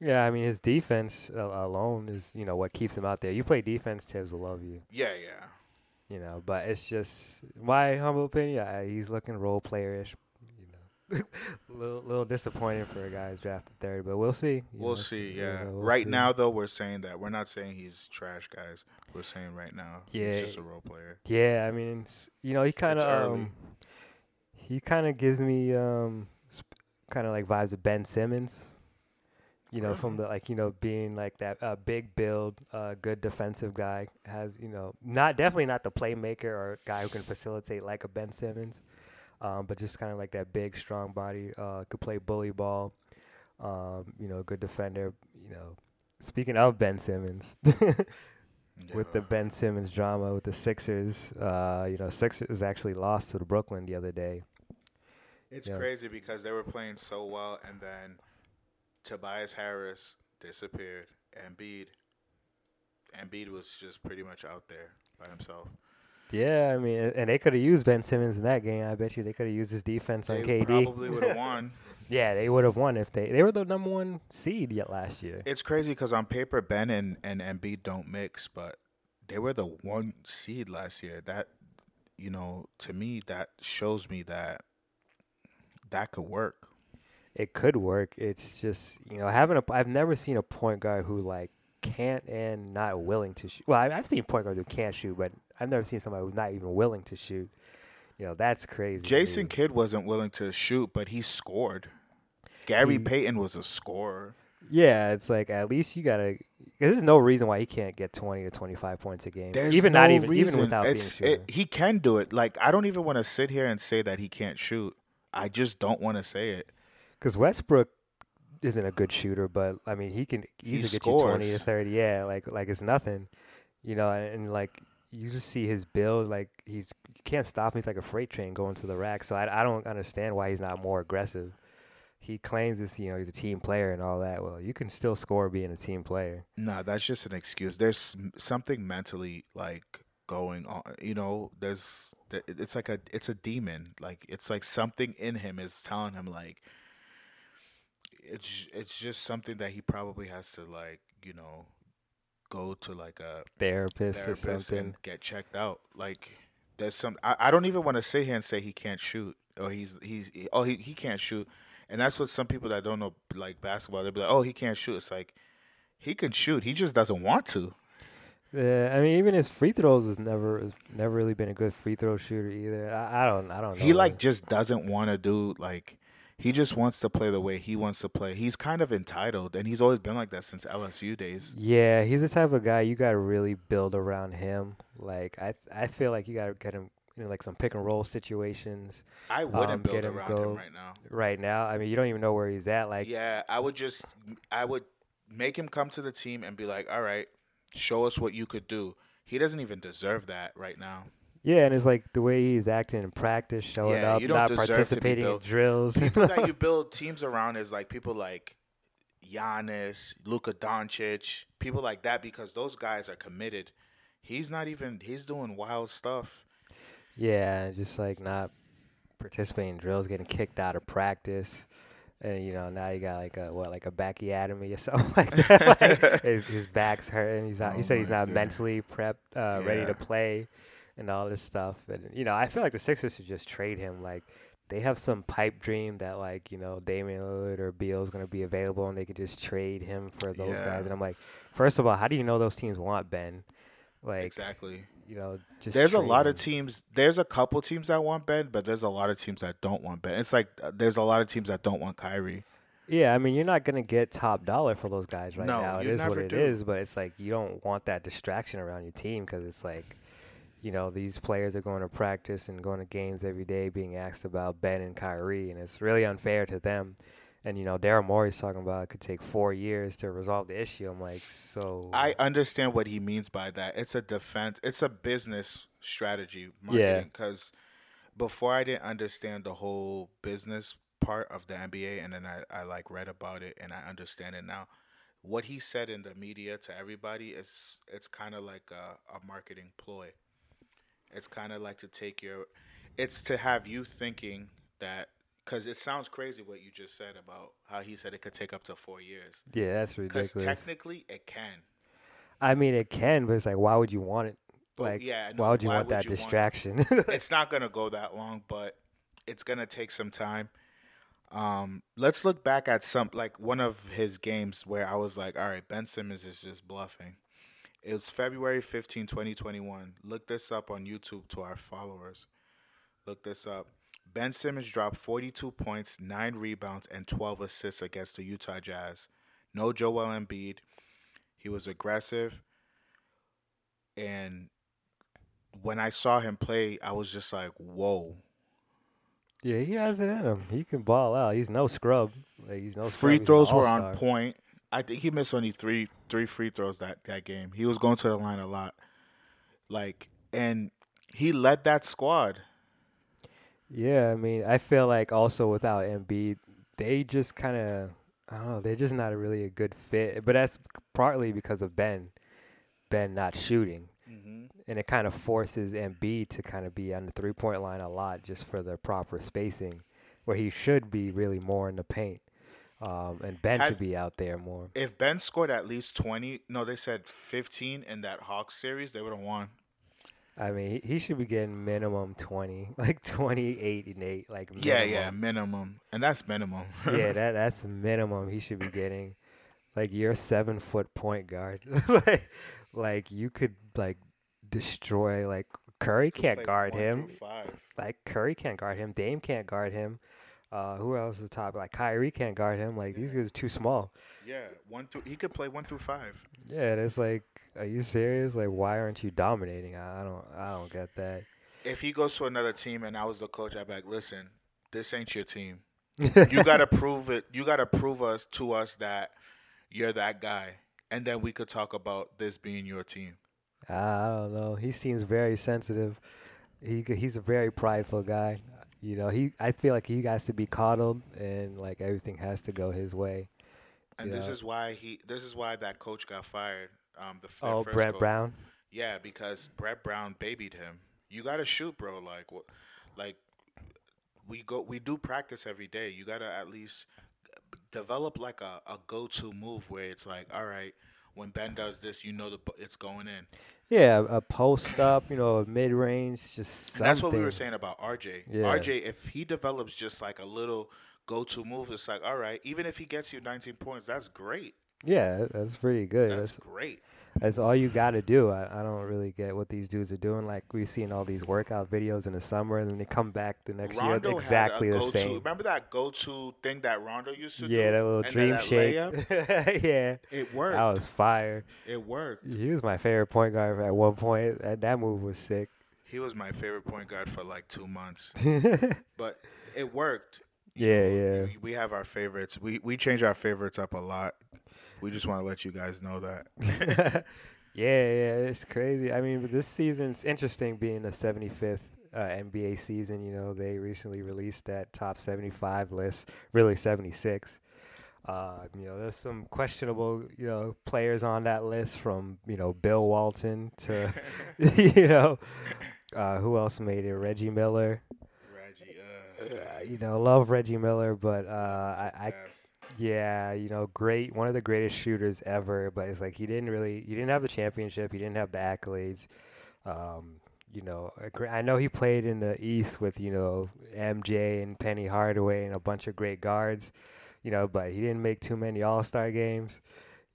Speaker 1: Yeah, I mean his defense a- alone is you know what keeps him out there. You play defense, Tibbs will love you.
Speaker 2: Yeah, yeah.
Speaker 1: You know, but it's just my humble opinion. I, he's looking role playerish. You know, (laughs) little little disappointing for a guy who's drafted third, but we'll see. you
Speaker 2: We'll
Speaker 1: know,
Speaker 2: see.
Speaker 1: you
Speaker 2: Yeah.
Speaker 1: know, we'll
Speaker 2: right
Speaker 1: see.
Speaker 2: now, though, we're saying that we're not saying he's trash, guys. We're saying right now,
Speaker 1: Yeah.
Speaker 2: he's just a role player.
Speaker 1: Yeah, I mean, it's- you know, he kind of
Speaker 2: early.
Speaker 1: um, he kind of gives me um, sp- kind of like vibes of Ben Simmons. You know, from the like you know being like that uh, big build, uh, good defensive guy has you know not definitely not the playmaker or guy who can facilitate like a Ben Simmons, um, but just kind of like that big strong body, uh, could play bully ball, um, you know, good defender. You know, speaking of Ben Simmons. (laughs) with the
Speaker 2: Yeah.
Speaker 1: Ben Simmons drama with the Sixers. Uh, you know, Sixers actually lost to the Brooklyn the other day.
Speaker 2: It's
Speaker 1: Yeah.
Speaker 2: crazy because they were playing so well, and then Tobias Harris disappeared. Embiid, Embiid was just pretty much out there by himself.
Speaker 1: Yeah, I mean, and they could have used Ben Simmons in that game. I bet you they could have used his defense on
Speaker 2: they
Speaker 1: KD.
Speaker 2: probably
Speaker 1: (laughs)
Speaker 2: would have won.
Speaker 1: yeah, they would have won if they they were the number one seed yet last year.
Speaker 2: It's crazy because on paper, Ben and and Embiid don't mix, but they were the one seed last year. That you know, to me, that shows me that that could work.
Speaker 1: It could work. It's just you know having a. I've never seen a point guard who like can't and not willing to shoot. Well, I, I've seen point guards who can't shoot, but I've never seen somebody who's not even willing to shoot. You know, that's crazy. to
Speaker 2: Jason
Speaker 1: me.
Speaker 2: Kidd wasn't willing to shoot, but he scored. Gary
Speaker 1: He-
Speaker 2: Payton was a scorer.
Speaker 1: Yeah, it's like at least you gotta. 'cause There's no reason why he can't get 20 to 25 points a game.
Speaker 2: There's
Speaker 1: even not
Speaker 2: no
Speaker 1: even even
Speaker 2: reason.
Speaker 1: without
Speaker 2: It's-
Speaker 1: being
Speaker 2: it-
Speaker 1: shooter.
Speaker 2: he can do it. Like I don't even want to sit here and say that he can't shoot. I just don't want to say it.
Speaker 1: Because Westbrook isn't a good shooter, but I mean he can easily get you 20 to
Speaker 2: scores.
Speaker 1: 30. Yeah, like like it's nothing, you know. And, and like you just see his build, like he's you can't stop him. He's like a freight train going to the rack. So I I don't understand why he's not more aggressive. He claims this, you know, he's a team player and all that. Well, you can still score being a team player.
Speaker 2: No, that's just an excuse. There's m- something mentally like going on. You know, there's th- it's like a it's a demon. Like it's like something in him is telling him like it's it's just something that he probably has to like you know go to like a
Speaker 1: Therapist, or
Speaker 2: therapist
Speaker 1: something.
Speaker 2: and get checked out. Like there's some I, I don't even want to sit here and say he can't shoot or he's he's he- oh he, he can't shoot. And that's what some people that don't know like basketball, they'll be like, Oh, he can't shoot. It's like he can shoot. He just doesn't want to.
Speaker 1: Yeah, I mean, even his free throws has never has never really been a good free throw shooter either. I, I don't, I don't know.
Speaker 2: He like just doesn't want to do like he just wants to play the way he wants to play. He's kind of entitled and he's always been like that since LSU days.
Speaker 1: yeah, he's the type of guy you gotta really build around him. Like I, I feel like you gotta get him, you know, like some pick and roll situations.
Speaker 2: I wouldn't
Speaker 1: Um,
Speaker 2: build
Speaker 1: get him
Speaker 2: around
Speaker 1: go-
Speaker 2: him right now.
Speaker 1: Right now, I mean, you don't even know where he's at. Like,
Speaker 2: yeah, I would just I would make him come to the team and be like, "All right, show us what you could do." He doesn't even deserve that
Speaker 1: (laughs)
Speaker 2: right now.
Speaker 1: yeah, and it's like the way he's acting in practice, showing
Speaker 2: Yeah,
Speaker 1: up,
Speaker 2: you don't
Speaker 1: not
Speaker 2: deserve to be
Speaker 1: participating in
Speaker 2: built. (laughs)
Speaker 1: drills.
Speaker 2: People that you build teams around is like people like Giannis, Luka Doncic, people like that because those guys are committed. He's not even he's doing wild stuff.
Speaker 1: Yeah, just like not participating in drills, getting kicked out of practice. And you know now you got like a what like a backiotomy or (laughs) something like
Speaker 2: (laughs)
Speaker 1: that. Like, his, his back's hurt, and he's not. he
Speaker 2: Oh
Speaker 1: said he's
Speaker 2: my
Speaker 1: not
Speaker 2: goodness.
Speaker 1: mentally prepped, uh, ready
Speaker 2: Yeah.
Speaker 1: to play, and all this stuff. And you know I feel like the Sixers should just trade him. Like they have some pipe dream that like you know Damian Lillard or Beal is going to be available and they could just trade him for those
Speaker 2: Yeah.
Speaker 1: guys. And I'm like, first of all, how do you know those teams want Ben? Like,
Speaker 2: exactly.
Speaker 1: you know, just
Speaker 2: There's a
Speaker 1: trade
Speaker 2: lot of
Speaker 1: him.
Speaker 2: teams. There's a couple teams that want Ben, but there's a lot of teams that don't want Ben. It's like uh, there's a lot of teams that don't want Kyrie.
Speaker 1: Yeah, I mean, you're not going to get top dollar for those guys right
Speaker 2: No,
Speaker 1: now. It
Speaker 2: you
Speaker 1: is what
Speaker 2: never
Speaker 1: it is,
Speaker 2: do.
Speaker 1: but it's like you don't want that distraction around your team because it's like, you know, these players are going to practice and going to games every day being asked about Ben and Kyrie, and it's really unfair to them. And, you know, Daryl Morey's talking about it could take four years to resolve the issue. I'm like, so.
Speaker 2: I understand what he means by that. It's a defense. It's a business strategy
Speaker 1: Yeah.
Speaker 2: marketing. Because before I didn't understand the whole business part of the NBA, and then I, I like read about it and I understand it now. What he said in the media to everybody is it's kind of like a, a marketing ploy. It's kind of like to take your, it's to have you thinking that because it sounds crazy what you just said about how he said it could take up to four years.
Speaker 1: Yeah, that's
Speaker 2: Because
Speaker 1: ridiculous.
Speaker 2: technically it can.
Speaker 1: I mean, it can, but it's like, why would you want it?
Speaker 2: But
Speaker 1: Like,
Speaker 2: yeah, no,
Speaker 1: why would you want that
Speaker 2: you want it?
Speaker 1: distraction?
Speaker 2: (laughs)
Speaker 1: (laughs)
Speaker 2: it's not going to go that long, but it's going to take some time. Um, let's look back at some like one of his games where I was like, all right, Ben Simmons is just bluffing. It was February 15, 2021. Look this up on YouTube to our followers. Look this up. Ben Simmons dropped 42 points, 9 rebounds, and 12 assists against the Utah Jazz. No Joel Embiid. He was aggressive. And when I saw him play, I was just like, whoa.
Speaker 1: Yeah, he has it in him. He can ball out. He's no scrub. Like he's no
Speaker 2: free
Speaker 1: scrub. He's
Speaker 2: throws
Speaker 1: an
Speaker 2: were on
Speaker 1: all-star.
Speaker 2: point. I think he missed only three three free throws that, that game. He was going to the line a lot. Like and he led that squad.
Speaker 1: Yeah, I mean, I feel like also without Embiid, they just kind of I don't know. They're just not really a good fit. But that's partly because of Ben, Ben not shooting, and it kind of forces Embiid to kind of be on the three-point line a lot just for the proper spacing, where he should be really more in the paint, um, and Ben
Speaker 2: Had-
Speaker 1: should be out there more.
Speaker 2: If Ben scored at least twenty, no, they said fifteen in that Hawks series, they would have won.
Speaker 1: I mean, he, he should be getting minimum twenty, (laughs) like twenty-eight and eight, like
Speaker 2: Yeah, yeah,
Speaker 1: minimum.
Speaker 2: minimum, and that's minimum.
Speaker 1: (laughs)
Speaker 2: (laughs)
Speaker 1: yeah, that that's the minimum he should be getting. Like you're a seven foot point guard. (laughs) like, like you could like destroy like Curry can't
Speaker 2: Played
Speaker 1: guard
Speaker 2: one
Speaker 1: him.
Speaker 2: through five.
Speaker 1: Like Curry can't guard him. Dame can't guard him. Uh, who else is top? Like Kyrie can't guard him. Like these guys are too small.
Speaker 2: Yeah, one through. He could play one through five.
Speaker 1: Yeah, and it's like, are you serious? Like, why aren't you dominating? I, I don't, I don't get that.
Speaker 2: If he goes to another team, and I was the coach, I'd be like, listen, this ain't your team.
Speaker 1: (laughs)
Speaker 2: you gotta prove it. You gotta prove us to us that you're that guy, and then we could talk about this being your team.
Speaker 1: I don't know. He seems very sensitive. He g- he's a very prideful guy. You know, he I feel like he has to be coddled and like everything has to go his way.
Speaker 2: And this
Speaker 1: Yeah.
Speaker 2: is why he. This is why that coach got fired. Um, the f- their
Speaker 1: Oh,
Speaker 2: first
Speaker 1: Brett
Speaker 2: coach.
Speaker 1: Brown.
Speaker 2: Yeah, because Brett Brown babied him. You gotta shoot, bro. Like, wh- like we go, we do practice every day. You gotta at least develop like a, a go-to move where it's like, all right, when Ben does this, you know the bu- it's going in.
Speaker 1: Yeah, a post up, you know, a mid range, just something.
Speaker 2: And that's what we were saying about RJ.
Speaker 1: Yeah.
Speaker 2: RJ, if he develops just like a little go-to move, it's like, all right, even if he gets you 19 points, that's great.
Speaker 1: Yeah, that- that's pretty good.
Speaker 2: That's
Speaker 1: That's
Speaker 2: great.
Speaker 1: that's all you got to do. I, I don't really get what these dudes are doing. Like we've seen all these workout videos in the summer, and then they come back the next year
Speaker 2: Rondo
Speaker 1: they're exactly
Speaker 2: had a
Speaker 1: the
Speaker 2: go-to.
Speaker 1: same.
Speaker 2: Remember that go-to thing that Rondo used to do?
Speaker 1: Yeah, that little
Speaker 2: And then
Speaker 1: dream
Speaker 2: that
Speaker 1: (laughs)
Speaker 2: layup?
Speaker 1: shake. yeah,
Speaker 2: It
Speaker 1: that
Speaker 2: worked.
Speaker 1: was fire.
Speaker 2: It worked.
Speaker 1: He was my favorite point guard at one point. That, that move was sick. (laughs)
Speaker 2: He was my favorite point guard for like two months,
Speaker 1: yeah,
Speaker 2: but it worked.
Speaker 1: yeah.
Speaker 2: We- We have our favorites. We we change our favorites up a lot. We just want to let you guys know that.
Speaker 1: (laughs) yeah, yeah, it's crazy. I mean, but this season's interesting being the 75th uh, NBA season. You know, they recently released that top 75 list, really 76. Uh, you know, there's some questionable, you know, players on that list from, you know, Bill Walton
Speaker 2: (laughs)
Speaker 1: to, (laughs) you know, uh, who else made it? Reggie Miller.
Speaker 2: Reggie,
Speaker 1: Uh, you know, love Reggie Miller, but uh, I, I
Speaker 2: F.
Speaker 1: Yeah, you know, great, one of the greatest shooters ever, but it's like he didn't really, he didn't have the championship, he didn't have the accolades. Um, you know, a gr- I know he played in the East with you know MJ and Penny Hardaway and a bunch of great guards, you know, but he didn't make too many All Star games.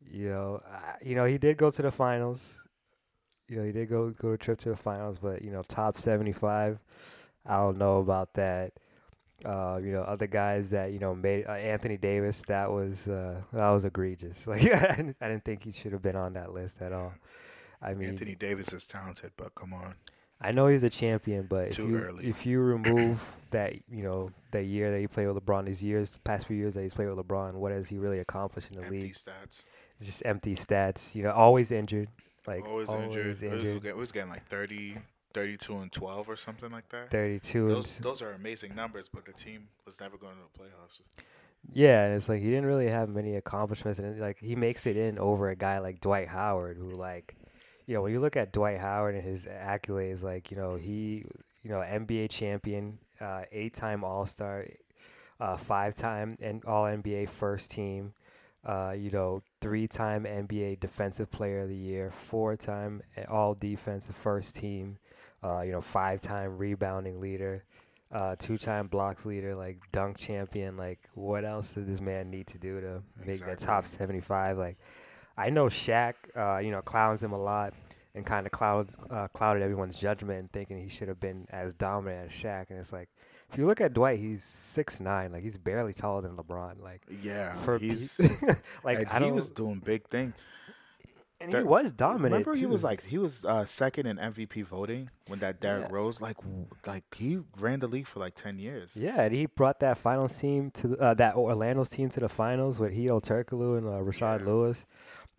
Speaker 1: You know, I, you know he did go to the finals. You know, he did go go a trip to the finals, but you know, top seventy five. I don't know about that. Uh, you know, other guys that you know made uh, Anthony Davis. That was uh, that was egregious. (laughs) Like I didn't, I didn't think he should have been on that list at all. I mean,
Speaker 2: Anthony Davis is talented, but come on.
Speaker 1: I know he's a champion, but if
Speaker 2: Too
Speaker 1: you
Speaker 2: early.
Speaker 1: if you remove that you know that year that he played with LeBron, these years, past few years that he's played with LeBron, what has he really accomplished in the
Speaker 2: Empty
Speaker 1: league?
Speaker 2: stats.
Speaker 1: It's just empty stats. You know, always injured. Like
Speaker 2: always,
Speaker 1: always,
Speaker 2: injured. Always
Speaker 1: injured.
Speaker 2: get- Always, getting like 30, 32 and 12 or something like that.
Speaker 1: Thirty-two. and
Speaker 2: Those,
Speaker 1: t-
Speaker 2: those are amazing numbers, but the team was never going to the playoffs.
Speaker 1: Yeah, and it's like he didn't really have many accomplishments, and like he makes it in over a guy like Dwight Howard, who like, you know, when you look at Dwight Howard and his accolades, like you know he, you know, NBA champion, uh, eight-time All Star, uh, five-time and All NBA first team, uh, you know, three-time NBA Defensive Player of the Year, four-time All Defensive first team, uh, you know, five-time rebounding leader uh, two-time blocks leader, like dunk champion. Like, what else did this man need to do to make the top
Speaker 2: Exactly.
Speaker 1: 75? Like, I know Shaq, uh, you know, clowns him a lot and kind of cloud uh, clouded everyone's judgment and thinking he should have been as dominant as Shaq. And it's like, if you look at Dwight, he's six nine. Like, he's barely taller than LeBron. Like,
Speaker 2: Yeah,
Speaker 1: for pe- (laughs)
Speaker 2: he's (laughs)
Speaker 1: like
Speaker 2: and
Speaker 1: I don't.
Speaker 2: he was doing big things.
Speaker 1: and he
Speaker 2: that-
Speaker 1: was dominant.
Speaker 2: Remember, he was
Speaker 1: too.
Speaker 2: like he was uh, second in MVP voting when that Derrick
Speaker 1: Yeah.
Speaker 2: Rose like w- like he ran the league for like ten years.
Speaker 1: Yeah, and he brought that finals team to the- uh, that Orlando's team to the finals with Hedo Turkoglu and uh, Rashad
Speaker 2: Yeah.
Speaker 1: Lewis.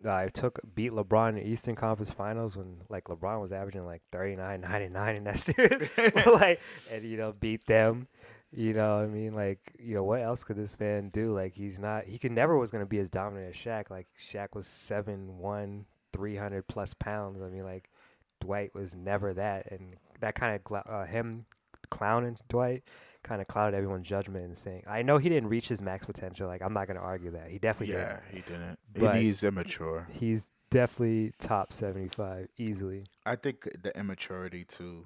Speaker 1: Uh, it took beat LeBron in the Eastern Conference Finals when like LeBron was averaging like 39, 99 in that (laughs) series, like and you know beat them. You know, what I mean, like you know, what else could this man do? Like he's not, he could never was gonna be as dominant as Shaq. Like Shaq was seven one, three hundred plus pounds. I mean, like Dwight was never that, and that kind of gla- uh, him clowning Dwight kind of clouded everyone's judgment and saying, I know he didn't reach his max potential. Like, I'm not going to argue that. He definitely
Speaker 2: yeah, he didn't.
Speaker 1: But-
Speaker 2: and he's immature.
Speaker 1: did. He's definitely top 75 easily.
Speaker 2: I think the immaturity too.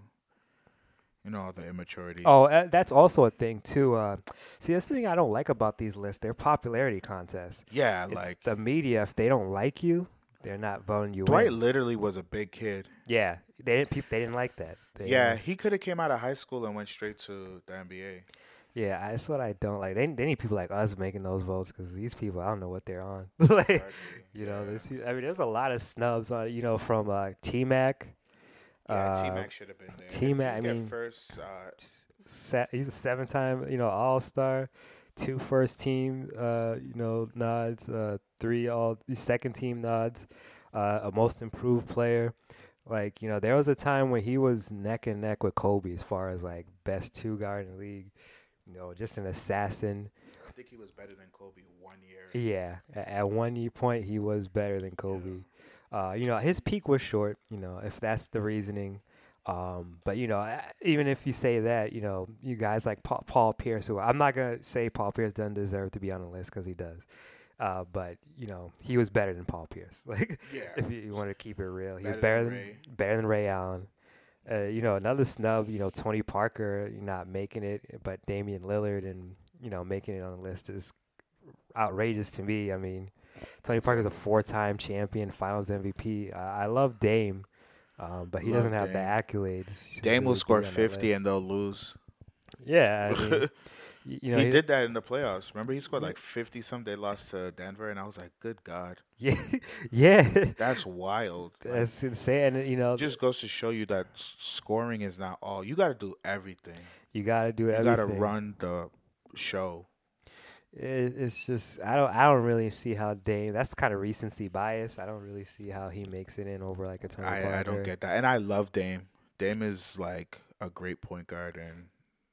Speaker 2: You know all the immaturity.
Speaker 1: Oh, uh, that's also a thing, too. Uh, see, that's the thing I don't like about these lists. They're popularity contests.
Speaker 2: yeah,
Speaker 1: It's
Speaker 2: like
Speaker 1: the media, if they don't like you, they're not voting you
Speaker 2: Dwight
Speaker 1: in.
Speaker 2: literally was a big kid.
Speaker 1: Yeah, they didn't. People, they didn't like that. They,
Speaker 2: Yeah, he could have came out of high school and went straight to
Speaker 1: (laughs)
Speaker 2: the NBA.
Speaker 1: yeah. I- That's what I don't like. They, they need people like us making those votes because these people, I don't know what they're on. (laughs) like,
Speaker 2: Exactly.
Speaker 1: You know,
Speaker 2: Yeah.
Speaker 1: there's peo- I mean, there's a lot of snubs on. You know, from uh, T Mac.
Speaker 2: Yeah,
Speaker 1: uh,
Speaker 2: T Mac should have been there. If you
Speaker 1: T-Mac, I
Speaker 2: get
Speaker 1: mean-
Speaker 2: first. Uh,
Speaker 1: sa- he's a seven-time, you know, All Star, two first team, uh, you know, nods, uh, three all second team nods, uh, a Most Improved Player. Like you know, there was a time when he was neck and neck with Kobe as far as like best two guard in the league. You know, just an assassin.
Speaker 2: I think he was better than Kobe one year.
Speaker 1: Yeah, a- at one ye- point he was better than Kobe. Uh, you know, his peak was short. You know, if that's the reasoning. Um, but you know, I- even if you say that, you know, you guys like Paul, Paul Pierce, who I'm not gonna say Paul Pierce doesn't deserve to be on the list because he does. Uh, but you know, he was better than Paul Pierce. (laughs) Like,
Speaker 2: Yeah.
Speaker 1: if you, you want to keep it real, he was better
Speaker 2: Better
Speaker 1: than
Speaker 2: than
Speaker 1: better than Ray Allen. Uh, you know, another snub. You know, Tony Parker not making it, but Damian Lillard and you know making it on the list is outrageous to me. I mean, Tony Parker's a four-time champion, Finals MVP. Uh, I love Dame, um, but he
Speaker 2: Love
Speaker 1: doesn't have the
Speaker 2: Dame.
Speaker 1: accolades. to
Speaker 2: Dame
Speaker 1: really
Speaker 2: will
Speaker 1: be
Speaker 2: score
Speaker 1: on that
Speaker 2: 50
Speaker 1: list.
Speaker 2: and they'll lose.
Speaker 1: yeah, I mean,
Speaker 2: (laughs)
Speaker 1: y- you know,
Speaker 2: he
Speaker 1: he-
Speaker 2: did that in the playoffs. Remember, he scored
Speaker 1: Yeah.
Speaker 2: like 50 some. They lost to Denver, and I was like, good God.
Speaker 1: yeah, (laughs) yeah. (laughs)
Speaker 2: That's wild. Like,
Speaker 1: That's insane. And you know,
Speaker 2: it just goes to show you that s- scoring is not all. You got to do everything.
Speaker 1: you gotta do
Speaker 2: You
Speaker 1: everything.
Speaker 2: got to run the show.
Speaker 1: It, it's just I don't I don't really see how Dame. That's kind of recency bias. I don't really see how he makes it in over like a Tony Parker.
Speaker 2: I, I don't get that. And I love Dame. Dame is like a great point guard, and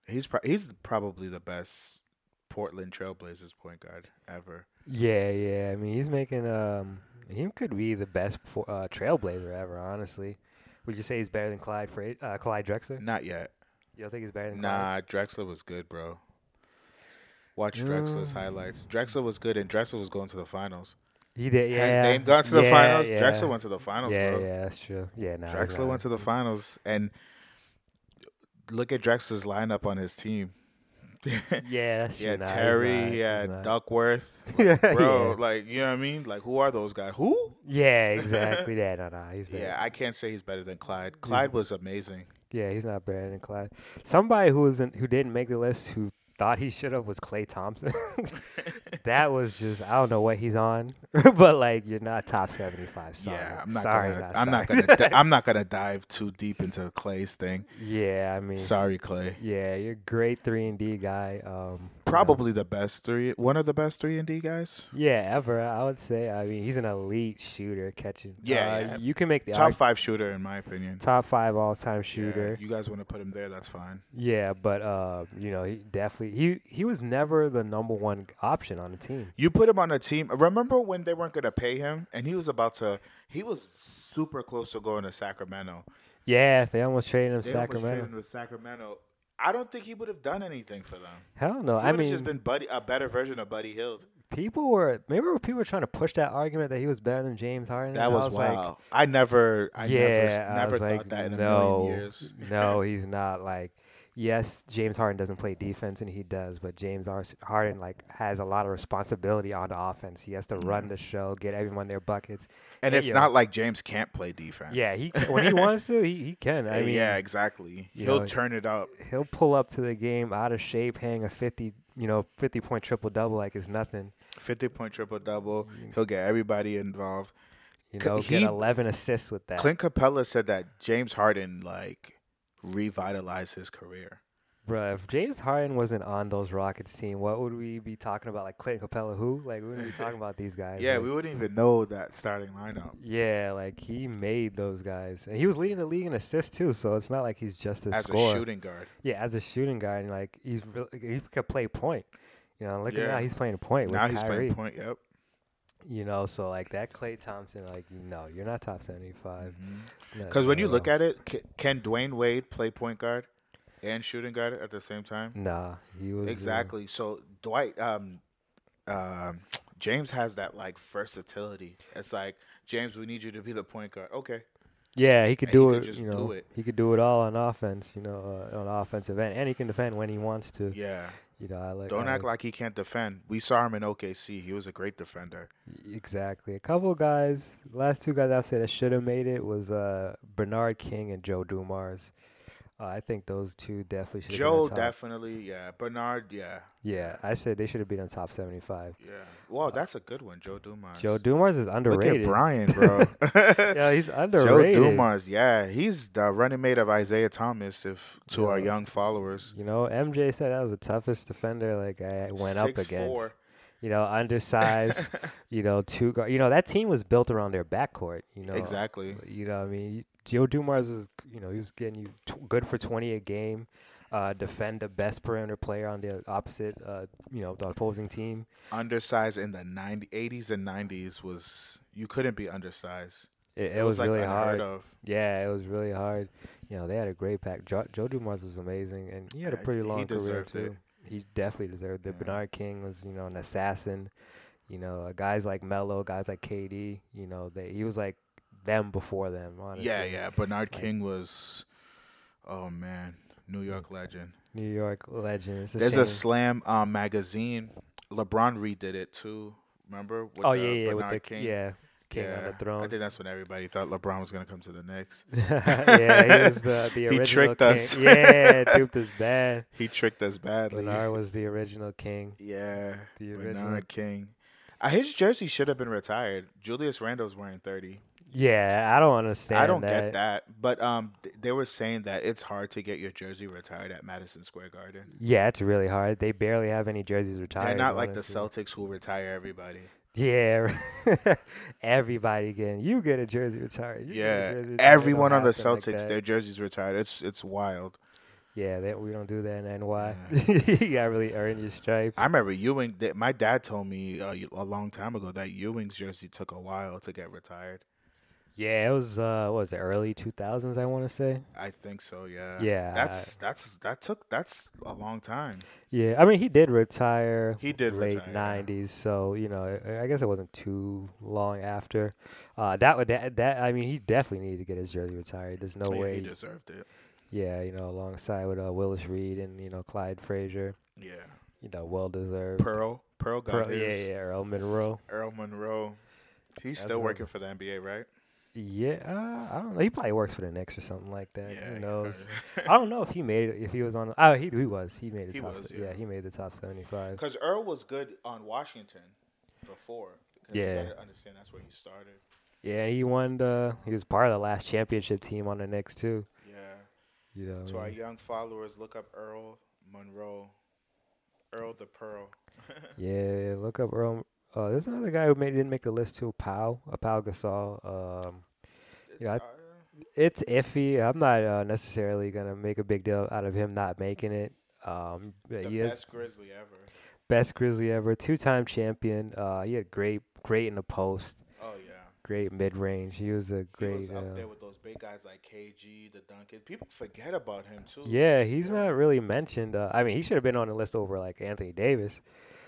Speaker 2: he's pro- he's probably the best Portland Trailblazers point guard ever.
Speaker 1: Yeah, yeah. I mean, he's making um. He could be the best for, uh, trailblazer ever. Honestly, would you say he's better than Clyde Fra- uh, Clyde Drexler?
Speaker 2: Not yet.
Speaker 1: You don't think he's better than Clyde?
Speaker 2: Nah, Drexler was good, bro. Watch Drexler's
Speaker 1: Yeah.
Speaker 2: highlights. Drexler was good, and Drexler was going to the finals.
Speaker 1: He did. Yeah.
Speaker 2: Has Dame gone to the
Speaker 1: yeah,
Speaker 2: finals?
Speaker 1: Yeah.
Speaker 2: Drexler went to the finals,
Speaker 1: Yeah,
Speaker 2: bro.
Speaker 1: yeah, that's true. Yeah, no.
Speaker 2: Drexler went to the finals, and look at Drexler's lineup on his team.
Speaker 1: (laughs)
Speaker 2: (laughs)
Speaker 1: Yeah, that's
Speaker 2: yeah, Terry, yeah,
Speaker 1: (laughs)
Speaker 2: Duckworth,
Speaker 1: yeah,
Speaker 2: bro. Like, you know what I mean? Like, who are those guys? Who?
Speaker 1: Yeah, exactly that. No, no, he's better.
Speaker 2: Yeah, I can't say he's better than Clyde. Clyde was amazing. (laughs)
Speaker 1: Yeah, he's not better than Clyde. Somebody who wasn't who didn't make the list who thought he should have was Clay Thompson. (laughs) that was just I don't know what he's on, (laughs) but like you're not top seventy five. Sorry,
Speaker 2: yeah, I'm not
Speaker 1: sorry,
Speaker 2: gonna.
Speaker 1: not
Speaker 2: I'm not
Speaker 1: sorry.
Speaker 2: gonna. Di- I'm not gonna dive too deep into Clay's thing.
Speaker 1: (laughs) yeah, I mean,
Speaker 2: Sorry, Clay.
Speaker 1: yeah, you're a great three and D guy. Um, you know.
Speaker 2: Probably the best three. One of the best three and D guys.
Speaker 1: Yeah, ever I would say. I mean, he's an elite shooter, catching.
Speaker 2: Yeah,
Speaker 1: uh,
Speaker 2: yeah.
Speaker 1: you can make the
Speaker 2: Top
Speaker 1: top,
Speaker 2: five shooter, in my opinion.
Speaker 1: top five all time
Speaker 2: Yeah,
Speaker 1: shooter.
Speaker 2: you guys want to put him there? That's fine.
Speaker 1: Yeah, but uh, you know, he definitely he he was never the number one option on the team.
Speaker 2: You put him on a team. Remember when they weren't gonna pay him, and he was about to. He was super close to going to Sacramento.
Speaker 1: Yeah, they almost traded him
Speaker 2: They almost
Speaker 1: Sacramento.
Speaker 2: traded him to Sacramento. I don't think he would have done anything for them.
Speaker 1: Hell no.
Speaker 2: He
Speaker 1: I
Speaker 2: would have
Speaker 1: mean,
Speaker 2: just been Buddy, a better version of Buddy Hield.
Speaker 1: people were remember people were trying to push that argument that he was better than James Harden.
Speaker 2: That
Speaker 1: I
Speaker 2: was, wow. I never, I
Speaker 1: Like, yeah,
Speaker 2: never,
Speaker 1: I
Speaker 2: never
Speaker 1: was
Speaker 2: thought
Speaker 1: like,
Speaker 2: that in a
Speaker 1: no,
Speaker 2: million years. (laughs)
Speaker 1: no, he's not like. Yes, James Harden doesn't play defense, and he does, but James Ar- Harden like has a lot of responsibility on the offense. He has to run the show, get everyone their buckets.
Speaker 2: And
Speaker 1: Hey,
Speaker 2: it's
Speaker 1: yo.
Speaker 2: not like James can't play defense.
Speaker 1: Yeah, he when he
Speaker 2: (laughs)
Speaker 1: wants to, he, he can. I mean,
Speaker 2: yeah, exactly.
Speaker 1: you
Speaker 2: He'll
Speaker 1: know,
Speaker 2: turn it up.
Speaker 1: he'll pull up to the game out of shape, hang a fifty, you know, fifty point triple double like it's nothing.
Speaker 2: Fifty point triple double.
Speaker 1: Mm.
Speaker 2: He'll get everybody involved.
Speaker 1: You
Speaker 2: C-
Speaker 1: know, get
Speaker 2: he-
Speaker 1: eleven assists with that,
Speaker 2: Clint Capella said that James Harden like revitalized his career.
Speaker 1: Bruh, If James Harden wasn't on those Rockets team, what would we be talking about? Like Clint Capella, who? Like we wouldn't be talking about these guys.
Speaker 2: Yeah,
Speaker 1: like-
Speaker 2: we wouldn't even know that starting lineup
Speaker 1: Yeah, like he made those guys, and he was leading the league in assists too. So it's not like he's just a
Speaker 2: as
Speaker 1: scorer.
Speaker 2: a shooting guard.
Speaker 1: yeah, as a shooting guy, and like he's real he could play point. You know, look
Speaker 2: Yeah.
Speaker 1: at now he's playing point with
Speaker 2: Now he's
Speaker 1: Kyrie.
Speaker 2: playing point. Yep.
Speaker 1: You know, so like that Clay Thompson, like no, you're not top seventy five.
Speaker 2: Mm-hmm. Because when you look at it, ca- can Dwayne Wade play point guard and shooting guard at the same time?
Speaker 1: nah, he was uh,
Speaker 2: Exactly. So Dwight, um, um, James has that like versatility. It's like James, we need you to be the point guard. Okay.
Speaker 1: Yeah, he could
Speaker 2: And he
Speaker 1: do
Speaker 2: could
Speaker 1: it.
Speaker 2: just
Speaker 1: you
Speaker 2: do
Speaker 1: know,
Speaker 2: it.
Speaker 1: he could do it all on offense. You know, uh, on offensive end, and he can defend when he wants to.
Speaker 2: Yeah.
Speaker 1: You know, I like.
Speaker 2: Don't
Speaker 1: I
Speaker 2: act like he can't defend. We saw him in OKC. He was a great defender.
Speaker 1: e, exactly. A couple of guys, last two guys I would say that should have made it was uh, Bernard King and Joe Dumars. Uh, I think those two definitely should.
Speaker 2: Joe
Speaker 1: been on top.
Speaker 2: definitely. Yeah. Bernard. Yeah.
Speaker 1: Yeah, I said they should have been on top seventy-five.
Speaker 2: Yeah. Wow, that's a good one, Joe Dumars.
Speaker 1: Uh, Joe Dumars is
Speaker 2: Look
Speaker 1: underrated.
Speaker 2: at Brian, bro.
Speaker 1: (laughs) yeah, he's
Speaker 2: (laughs) Joe
Speaker 1: underrated.
Speaker 2: Dumars, yeah, he's the running mate of Isaiah Thomas. If to our
Speaker 1: Yeah.
Speaker 2: young followers,
Speaker 1: You know, MJ said that was the toughest defender like I went up against.
Speaker 2: 6'4". (laughs)
Speaker 1: You know, undersized. you know, two guard. You know, that team was built around their backcourt. You know,
Speaker 2: exactly.
Speaker 1: You know, what I mean, You- Joe Dumars was, you know, he was getting you tw- good for twenty a game. Uh, defend the best perimeter player on the opposite, uh, you know, the opposing team.
Speaker 2: Undersized in the 90, 80s and nineties was you couldn't be undersized.
Speaker 1: It, it, was,
Speaker 2: like
Speaker 1: really
Speaker 2: unheard
Speaker 1: hard.
Speaker 2: of.
Speaker 1: Yeah, it was really hard. You know, they had a great pack. Jo- Joe Dumars was amazing, and he had a
Speaker 2: Yeah,
Speaker 1: pretty
Speaker 2: he
Speaker 1: long career
Speaker 2: deserved it.
Speaker 1: too. He definitely deserved it.
Speaker 2: Yeah.
Speaker 1: Bernard King was, you know, an assassin. You know, uh, guys like Melo, guys like KD. You know, they he was like them before them. Honestly.
Speaker 2: Yeah, yeah. Bernard
Speaker 1: Like-
Speaker 2: King was, oh man, New York legend.
Speaker 1: New York legend. It's a
Speaker 2: There's
Speaker 1: shame.
Speaker 2: a Slam um, magazine. LeBron redid it too. Remember? With
Speaker 1: oh
Speaker 2: the
Speaker 1: yeah, yeah, with
Speaker 2: Bernard
Speaker 1: the yeah king on
Speaker 2: Yeah.
Speaker 1: the
Speaker 2: I
Speaker 1: throne.
Speaker 2: think that's when everybody thought LeBron was gonna come to the Knicks.
Speaker 1: (laughs) yeah, he was the the
Speaker 2: (laughs) He
Speaker 1: original
Speaker 2: tricked
Speaker 1: king.
Speaker 2: us.
Speaker 1: Yeah,
Speaker 2: (laughs)
Speaker 1: duped us bad.
Speaker 2: He tricked us badly.
Speaker 1: Leonard was the original king.
Speaker 2: Yeah,
Speaker 1: The original-
Speaker 2: Bernard King. Uh, his jersey should have been retired. Julius Randle's wearing thirty.
Speaker 1: Yeah, I don't understand.
Speaker 2: I don't
Speaker 1: that.
Speaker 2: get that, but um, th- they were saying that it's hard to get your jersey retired at Madison Square Garden.
Speaker 1: Yeah, it's really hard. They barely have any jerseys retired.
Speaker 2: They're not like the
Speaker 1: honestly.
Speaker 2: Celtics who retire everybody.
Speaker 1: Yeah, (laughs) everybody getting you get a jersey retired. You get a
Speaker 2: yeah,
Speaker 1: jersey retired. It
Speaker 2: everyone
Speaker 1: don't
Speaker 2: on the
Speaker 1: happen like
Speaker 2: Celtics,
Speaker 1: that.
Speaker 2: their jerseys retired. It's it's wild.
Speaker 1: yeah, they, we don't do that in NY. (laughs) you gotta really earn your stripes.
Speaker 2: I remember Ewing. That my dad told me uh, a long time ago that Ewing's jersey took a while to get retired.
Speaker 1: yeah, it was uh, what was it early two thousands? I want to say.
Speaker 2: I think so. Yeah.
Speaker 1: Yeah,
Speaker 2: That's that's that took that's a long time.
Speaker 1: Yeah, I mean he did retire.
Speaker 2: He did
Speaker 1: late
Speaker 2: retire, yeah.
Speaker 1: '90s, so you know I- I guess it wasn't too long after. Uh, that would that, that I mean he definitely needed to get his jersey retired. There's no
Speaker 2: Yeah,
Speaker 1: way
Speaker 2: he deserved it.
Speaker 1: Yeah, you know, alongside with uh, Willis Reed and you know Clyde Frazier,
Speaker 2: Yeah.
Speaker 1: you know, well deserved.
Speaker 2: Pearl. Pearl got
Speaker 1: Pearl-
Speaker 2: his.
Speaker 1: yeah, yeah, Earl Monroe.
Speaker 2: Earl Monroe. He's
Speaker 1: That's
Speaker 2: still
Speaker 1: him.
Speaker 2: working for the NBA, right?
Speaker 1: Yeah, uh, I don't know. He probably works for the Knicks or something like that.
Speaker 2: Yeah.
Speaker 1: Who
Speaker 2: he
Speaker 1: knows?
Speaker 2: heard.
Speaker 1: I (laughs) don't know if he made it. If he was on, oh, he he was. He made the
Speaker 2: He
Speaker 1: top.
Speaker 2: was,
Speaker 1: se- yeah.
Speaker 2: yeah.
Speaker 1: he made the top seventy-five.
Speaker 2: (laughs) Because Earl was good on Washington before. 'cause
Speaker 1: Yeah.
Speaker 2: You gotta understand that's where he started.
Speaker 1: Yeah, he won the. He was part of the last championship team on the Knicks too.
Speaker 2: Yeah.
Speaker 1: You know,
Speaker 2: To
Speaker 1: I
Speaker 2: our
Speaker 1: mean,
Speaker 2: young followers, look up Earl Monroe. Earl the Pearl. (laughs)
Speaker 1: yeah. Look up Earl. Uh, there's another guy who made, didn't make the list too. Pau, uh, Pau Gasol. Um,
Speaker 2: It's uh,
Speaker 1: Yeah, I-
Speaker 2: our-
Speaker 1: it's iffy. I'm not uh, necessarily gonna make a big deal out of him not making it. Um, but
Speaker 2: the
Speaker 1: he is
Speaker 2: best Grizzly ever.
Speaker 1: best Grizzly ever, two-time champion. Uh, he had great, great in the post,
Speaker 2: Oh yeah.
Speaker 1: great mid-range. He was a
Speaker 2: He
Speaker 1: great.
Speaker 2: was up
Speaker 1: uh,
Speaker 2: there with those big guys like KG, the Duncan. People forget about him too.
Speaker 1: Yeah, he's
Speaker 2: Yeah.
Speaker 1: not really mentioned. Uh, I mean, he should have been on the list over like Anthony Davis.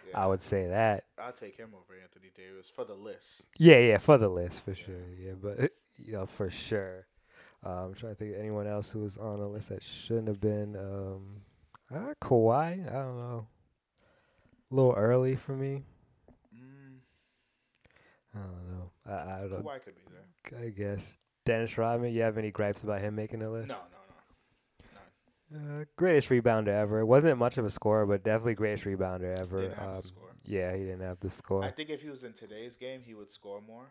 Speaker 2: Yeah.
Speaker 1: I would say that.
Speaker 2: I'll take him over Anthony Davis for the list.
Speaker 1: Yeah, yeah, for the list for
Speaker 2: Yeah.
Speaker 1: sure. Yeah, but (laughs) you know for sure. Uh, I'm trying to think of anyone else who was on the list that shouldn't have been. Um, uh, Kawhi, I don't know. A little early for me.
Speaker 2: Mm,
Speaker 1: I don't know. I, I don't know.
Speaker 2: Kawhi could be there.
Speaker 1: I guess Dennis Rodman. You have any gripes about him making the list?
Speaker 2: No, no, no.
Speaker 1: Uh, greatest rebounder ever. Wasn't much of a scorer, but definitely greatest rebounder ever.
Speaker 2: Didn't have
Speaker 1: Um,
Speaker 2: to score.
Speaker 1: Yeah, he didn't have to score.
Speaker 2: I think if he was in today's game, he would score more.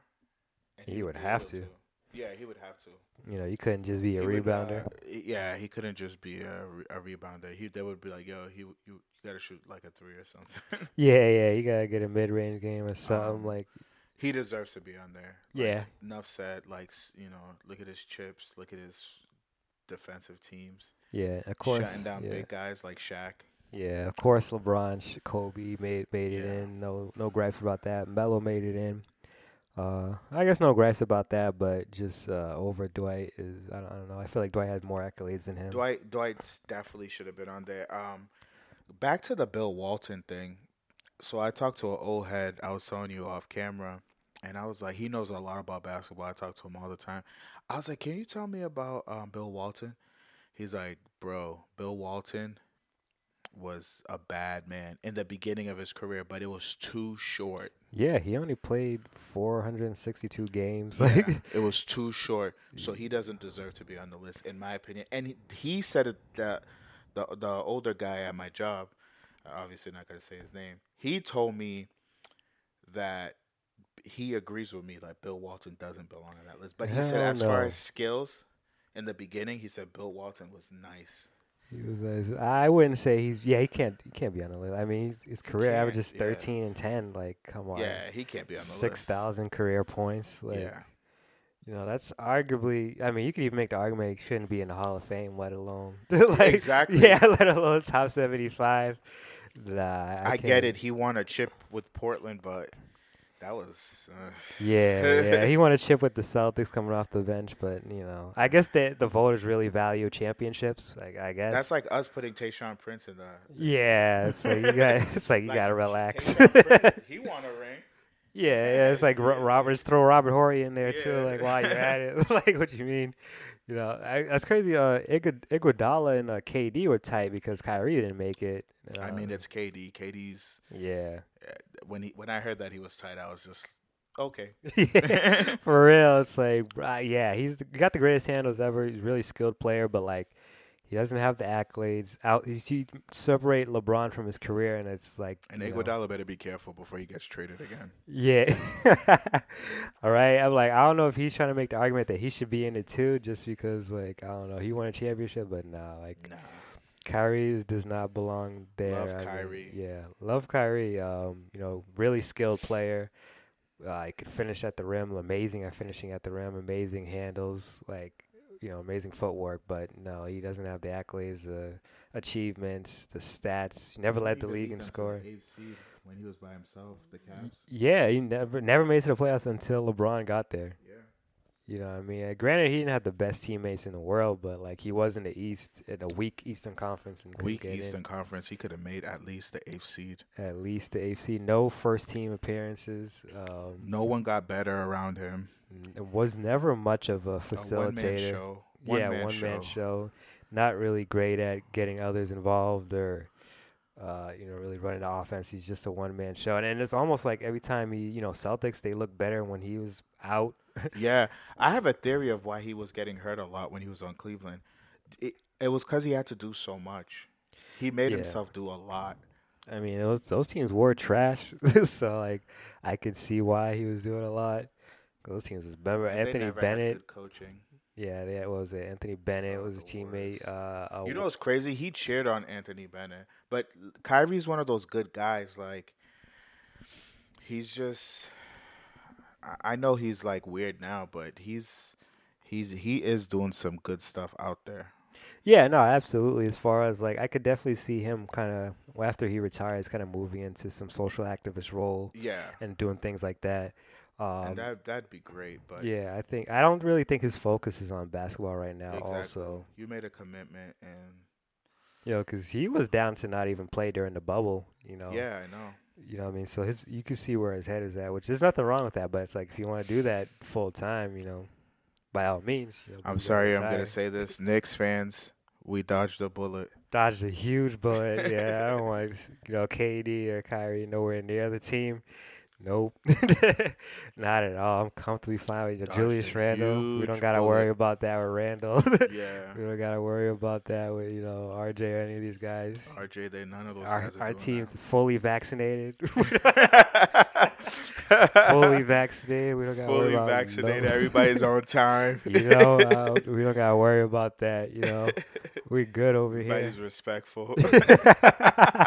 Speaker 2: and
Speaker 1: He would
Speaker 2: be
Speaker 1: have
Speaker 2: able
Speaker 1: to.
Speaker 2: Yeah, he would have to.
Speaker 1: you know, you couldn't just be a
Speaker 2: He would,
Speaker 1: rebounder.
Speaker 2: uh, yeah, he couldn't just be a, re- a rebounder. He they would be like, yo, he you, you gotta shoot like a three or something. (laughs)
Speaker 1: yeah, yeah, you gotta get a mid-range game or something
Speaker 2: Um,
Speaker 1: like.
Speaker 2: he deserves to be on there. Like,
Speaker 1: Yeah.
Speaker 2: Enough said. Like s- you know, look at his chips. Look at his defensive teams.
Speaker 1: Yeah, of course.
Speaker 2: Shutting down
Speaker 1: yeah,
Speaker 2: big guys like Shaq.
Speaker 1: yeah, of course. LeBron, Sh- Kobe made made it
Speaker 2: Yeah.
Speaker 1: in. No, no gripes about that. Melo made it in. Uh, I guess no gripes about that, but just uh, over Dwight is I don't, I don't know. I feel like Dwight has more accolades than him.
Speaker 2: Dwight Dwight definitely should have been on there. Um, back to the Bill Walton thing. So I talked to an old head. I was telling you off camera, and I was like, he knows a lot about basketball. I talk to him all the time. I was like, can you tell me about um, Bill Walton? He's like, bro, Bill Walton was a bad man in the beginning of his career, but it was too short.
Speaker 1: Yeah, he only played 462 games. (laughs)
Speaker 2: Yeah,
Speaker 1: Like,
Speaker 2: it was
Speaker 1: (laughs)
Speaker 2: too short, so he doesn't deserve to be on the list, in my opinion. And he, he said it that the the older guy at my job, obviously not gonna say his name. He told me that he agrees with me that Bill Walton doesn't belong on that list. But he said
Speaker 1: Hell
Speaker 2: as far
Speaker 1: no.
Speaker 2: as skills, in the beginning, he said Bill Walton was nice.
Speaker 1: He was. Nice. I wouldn't say he's. Yeah, he can't. He can't be on the list. I mean, he's, his career
Speaker 2: can't,
Speaker 1: average is
Speaker 2: yeah.
Speaker 1: 13 and 10. Like, come on.
Speaker 2: Yeah, he can't be on the
Speaker 1: Six
Speaker 2: list.
Speaker 1: thousand career points. Like,
Speaker 2: yeah,
Speaker 1: you know, that's arguably. I mean, you could even make the argument he shouldn't be in the Hall of Fame, let alone (laughs) like,
Speaker 2: exactly.
Speaker 1: Yeah, let alone top seventy-five. Nah, I,
Speaker 2: I,
Speaker 1: can't-
Speaker 2: get it. He won a chip with Portland, but that was. Uh,
Speaker 1: Yeah,
Speaker 2: (laughs)
Speaker 1: yeah. he won a chip with the Celtics coming off the bench, but you know, I guess that the voters really value championships. Like, I guess.
Speaker 2: That's like us putting Tayshawn Prince in the.
Speaker 1: yeah, it's like you got. (laughs) It's like you
Speaker 2: Like,
Speaker 1: gotta relax. (laughs)
Speaker 2: Tayshaun Prince, he won a ring.
Speaker 1: Yeah, yeah, it's like Ro-
Speaker 2: Yeah.
Speaker 1: Roberts throw Robert Horry in there too.
Speaker 2: Yeah.
Speaker 1: Like while you're at it, (laughs) like what you mean? You know, I, that's crazy. Uh, Iguod- Iguodala and uh, KD were tight because Kyrie didn't make it.
Speaker 2: I mean,
Speaker 1: Um,
Speaker 2: it's KD. KD's (laughs)
Speaker 1: yeah,
Speaker 2: when he when I heard that he was tight, I was just okay.
Speaker 1: (laughs)
Speaker 2: (laughs)
Speaker 1: Yeah, for real. It's like, bruh, yeah, he's the, he got the greatest handles ever. He's a really skilled player, but like, he doesn't have the accolades. Out, you you separate LeBron from his career, and it's like,
Speaker 2: And
Speaker 1: you know,
Speaker 2: Iguodala better be careful before he gets traded again.
Speaker 1: Yeah. (laughs) All right. I'm like, I don't know if he's trying to make the argument that he should be in it too, just because, like, I don't know, he won a championship, but nah, like,
Speaker 2: Nah,
Speaker 1: Kyrie does not belong there.
Speaker 2: Love
Speaker 1: I mean,
Speaker 2: Kyrie.
Speaker 1: yeah, love Kyrie. Um, you know, really skilled player. Uh, he could finish at the rim. Amazing at finishing at the rim. Amazing handles. Like, you know, amazing footwork. But no, he doesn't have the accolades, the achievements, the stats. Never led the league Mm-hmm. in scoring.
Speaker 2: AFC when he was by himself, the
Speaker 1: Y- Yeah, he never never made it to the playoffs until LeBron got there.
Speaker 2: Yeah,
Speaker 1: You know what I mean? Uh, Granted, he didn't have the best teammates in the world, but like he was in the East in a weak Eastern Conference and couldn't
Speaker 2: weak
Speaker 1: get
Speaker 2: Eastern Conference, he could have made at least the eighth seed.
Speaker 1: in at least the AFC. No first team appearances. Um,
Speaker 2: No one got better around him.
Speaker 1: n- was never much of a
Speaker 2: A one man
Speaker 1: facilitator.
Speaker 2: show. One
Speaker 1: yeah,
Speaker 2: man
Speaker 1: one
Speaker 2: show.
Speaker 1: man show. not really great at getting others involved or uh, you know really running the offense. He's just a one man show, and, and it's almost like every time he you know Celtics they look better when he was out.
Speaker 2: yeah, I have a theory of why he was getting hurt a lot when he was on Cleveland. It, it was because he had to do so much. He made
Speaker 1: Yeah.
Speaker 2: himself do a lot.
Speaker 1: I mean those those teams were trash, (laughs) so like I could see why he was doing a lot. Those teams was remember
Speaker 2: and they
Speaker 1: Anthony
Speaker 2: never had
Speaker 1: Bennett.
Speaker 2: good coaching.
Speaker 1: Yeah, they, what was it? Anthony Bennett
Speaker 2: Oh,
Speaker 1: was a
Speaker 2: the
Speaker 1: teammate.
Speaker 2: worst.
Speaker 1: Uh, uh,
Speaker 2: You know what's crazy? He cheered on Anthony Bennett, but Kyrie's one of those good guys. Like, he's just. I- I know he's like weird now, but he's he's he is doing some good stuff out there.
Speaker 1: Yeah, no, absolutely. As far as like, I could definitely see him kind of well, after he retires, kind of moving into some social activist role
Speaker 2: Yeah,
Speaker 1: and doing things like that. Um,
Speaker 2: and that that'd be great. But
Speaker 1: yeah, I think I don't really think his focus is on basketball right now.
Speaker 2: Exactly.
Speaker 1: Also,
Speaker 2: you made a commitment, and
Speaker 1: you know, because he was down to not even play during the bubble. You know,
Speaker 2: yeah, I know.
Speaker 1: you know, what I mean, so his you can see where his head is at, which there's nothing wrong with that. But it's like if you want to do that full time, you know, by all means. You know,
Speaker 2: I'm
Speaker 1: you gotta
Speaker 2: sorry, I'm gonna
Speaker 1: retire.
Speaker 2: say this, Knicks fans. We dodged a bullet.
Speaker 1: dodged a huge bullet. Yeah, I don't want you know KD or Kyrie nowhere near the team. Nope, (laughs) not at all. I'm comfortably fine with
Speaker 2: Dodged
Speaker 1: Julius
Speaker 2: a
Speaker 1: Randle. We don't
Speaker 2: huge
Speaker 1: gotta
Speaker 2: bullet.
Speaker 1: worry about that with Randle.
Speaker 2: (laughs)
Speaker 1: (laughs)
Speaker 2: Yeah,
Speaker 1: we don't gotta worry about that with you know RJ or any of these guys.
Speaker 2: RJ, they none of those
Speaker 1: Our,
Speaker 2: guys are
Speaker 1: our
Speaker 2: doing
Speaker 1: team's fully vaccinated. (laughs)
Speaker 2: that. (laughs)
Speaker 1: fully vaccinated. We don't gotta worry
Speaker 2: fully
Speaker 1: about
Speaker 2: vaccinated.
Speaker 1: no-
Speaker 2: Everybody's on time.
Speaker 1: (laughs) You
Speaker 2: (laughs)
Speaker 1: know, uh, we don't gotta worry about that. You know, we good over here. (laughs)
Speaker 2: everybody's respectful. (laughs)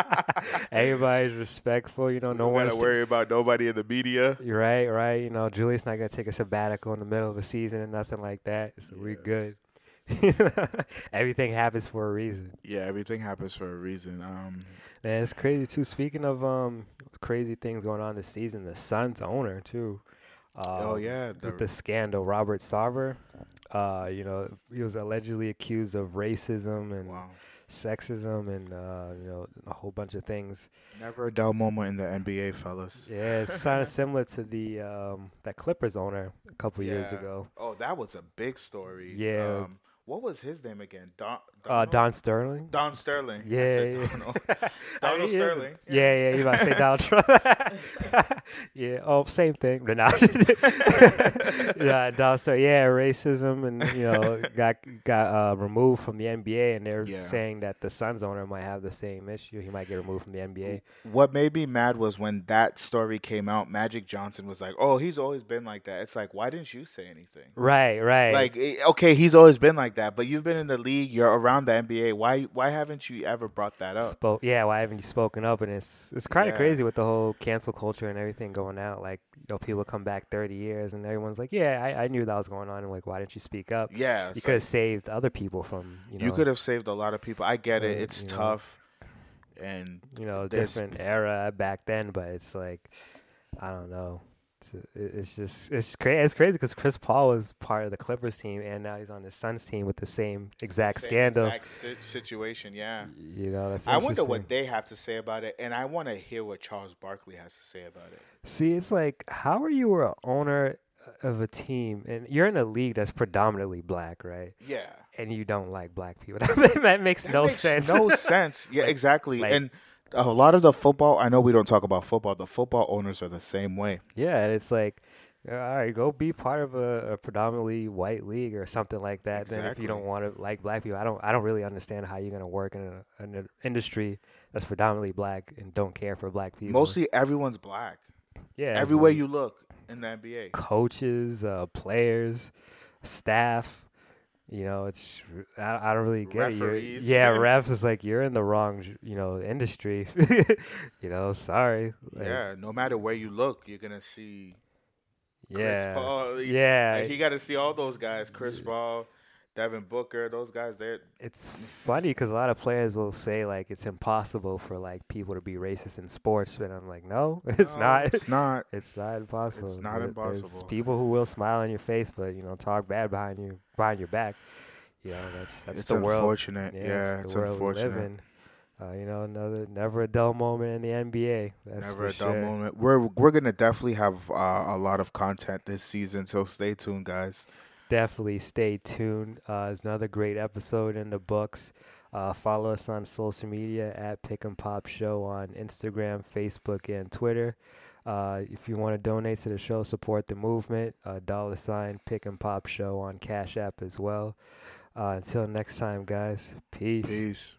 Speaker 1: Everybody's respectful,
Speaker 2: (laughs)
Speaker 1: you know. No
Speaker 2: no
Speaker 1: one's
Speaker 2: gotta worry about nobody in the media.
Speaker 1: You're right, right. You know, Julius not gonna take a sabbatical in the middle of a season and nothing like that. So we're good. (laughs) Everything happens for a reason.
Speaker 2: Yeah, everything happens for a reason. Um,
Speaker 1: Man, it's crazy too. Speaking of um crazy things going on this season, the Suns owner too. Um,
Speaker 2: oh yeah, the,
Speaker 1: with the scandal, Robert Sarver. Uh, you know, he was allegedly accused of racism and
Speaker 2: wow.
Speaker 1: sexism and uh, you know a whole bunch of things.
Speaker 2: Never a dull moment in the NBA, fellas.
Speaker 1: Yeah, it's
Speaker 2: (laughs)
Speaker 1: kind of similar to the um, that Clippers owner a couple years
Speaker 2: Yeah.
Speaker 1: ago.
Speaker 2: Oh, that was a big story.
Speaker 1: Yeah.
Speaker 2: Um, what was his name again? Don.
Speaker 1: Uh,
Speaker 2: Donald?
Speaker 1: Don Sterling.
Speaker 2: Don Sterling. I
Speaker 1: Yeah,
Speaker 2: said
Speaker 1: yeah. (laughs)
Speaker 2: Donald. (laughs)
Speaker 1: I
Speaker 2: Donald
Speaker 1: mean, yeah.
Speaker 2: Sterling.
Speaker 1: Yeah, yeah, you
Speaker 2: (laughs)
Speaker 1: about to say Donald Trump? (laughs) yeah. Oh, same thing. But nah. (laughs) yeah, Donald Sterling. Yeah, racism and you
Speaker 2: (laughs)
Speaker 1: know got got uh, removed from the NBA, and they're
Speaker 2: Yeah.
Speaker 1: saying that the Suns owner might have the same issue. He might get removed from the NBA.
Speaker 2: What made me mad was when that story came out. Magic Johnson was like, "Oh, he's always been like that." It's like, why didn't you say anything?
Speaker 1: Right, right.
Speaker 2: Like, eh, okay, he's always been like that, but you've been in the league, you're around the NBA. Why, why haven't you ever brought that up?
Speaker 1: spoke. Yeah, why haven't you spoken up? And it's it's kind of
Speaker 2: uh, Yeah.
Speaker 1: crazy with the whole cancel culture and everything going out. Like, you know, people come back thirty years, and everyone's like, "Yeah, I, I knew that was going on." And like, why didn't you speak up?
Speaker 2: Yeah,
Speaker 1: You
Speaker 2: it's
Speaker 1: could
Speaker 2: like,
Speaker 1: have saved other people from you know
Speaker 2: you could have saved a lot of people. I get it;
Speaker 1: Uh,
Speaker 2: it's
Speaker 1: you know.
Speaker 2: tough, and
Speaker 1: you know
Speaker 2: there's-
Speaker 1: different era back then, but it's like I don't know. It's, uh, it- it's just it's crazy. It's crazy because Chris Paul was part of the Clippers team, and now he's on the Suns team with the same exact
Speaker 2: same
Speaker 1: scandal.
Speaker 2: exact si- situation. Yeah,
Speaker 1: You know, that's
Speaker 2: I wonder what
Speaker 1: interesting.
Speaker 2: they have to say about it, and I want to hear what Charles Barkley has to say about it.
Speaker 1: See, it's like, how are you a owner uh, of a team and you're in a league that's predominantly black, right?
Speaker 2: Yeah,
Speaker 1: And you don't like black people. (laughs) that makes
Speaker 2: That
Speaker 1: no
Speaker 2: makes
Speaker 1: sense. (laughs)
Speaker 2: No sense. Yeah,
Speaker 1: Like-
Speaker 2: exactly.
Speaker 1: like-
Speaker 2: and a lot of the football, I know we don't talk about football. The football owners are the same way.
Speaker 1: yeah, and it's like, "Uh, all right, go be part of a, a predominantly white league or something like that. Then if you don't
Speaker 2: Exactly.
Speaker 1: want to like black people, I don't, I don't really understand how you're gonna work in, a, in an industry that's predominantly black and don't care for black people.
Speaker 2: Mostly everyone's black.
Speaker 1: yeah, it's
Speaker 2: Everywhere
Speaker 1: like
Speaker 2: you look in the NBA.
Speaker 1: coaches, uh, players, staff. You know, it's I, I don't really get it.
Speaker 2: Referees.
Speaker 1: you
Speaker 2: (laughs)
Speaker 1: yeah, refs is like you're in the wrong, j- you know, industry. (laughs) you know, sorry. Like,
Speaker 2: yeah, no matter where you look, you're gonna see Chris
Speaker 1: yeah,
Speaker 2: Paul. He-
Speaker 1: yeah.
Speaker 2: like, you got to see all those guys: Chris Paul, Devin Booker, those guys. They're
Speaker 1: it's funny because a lot of players will say like it's impossible for like people to be racist in sports, but I'm like, no, (laughs) it's
Speaker 2: No,
Speaker 1: not.
Speaker 2: (laughs) It's not.
Speaker 1: It's not impossible.
Speaker 2: not
Speaker 1: There- there's
Speaker 2: impossible.
Speaker 1: people who will smile in your face, but you know, talk bad behind you, behind your back. You know, that's that's
Speaker 2: it's
Speaker 1: the world.
Speaker 2: unfortunate. Yeah, it's,
Speaker 1: the world we live
Speaker 2: unfortunate.
Speaker 1: in. Uh, you know, another never a dull moment in the NBA. That's
Speaker 2: Never
Speaker 1: for
Speaker 2: a dull
Speaker 1: sure.
Speaker 2: moment. We're we're gonna definitely have uh, a lot of content this season, so stay tuned, guys.
Speaker 1: definitely stay tuned. Uh, it's another great episode in the books. Uh, follow us on social media at Pick and Pop Show on Instagram, Facebook, and Twitter. Uh, if you want to donate to the show, support the movement. Uh, dollar sign Pick and Pop Show on Cash App as well. Uh, until next time, guys. Peace.
Speaker 2: Peace.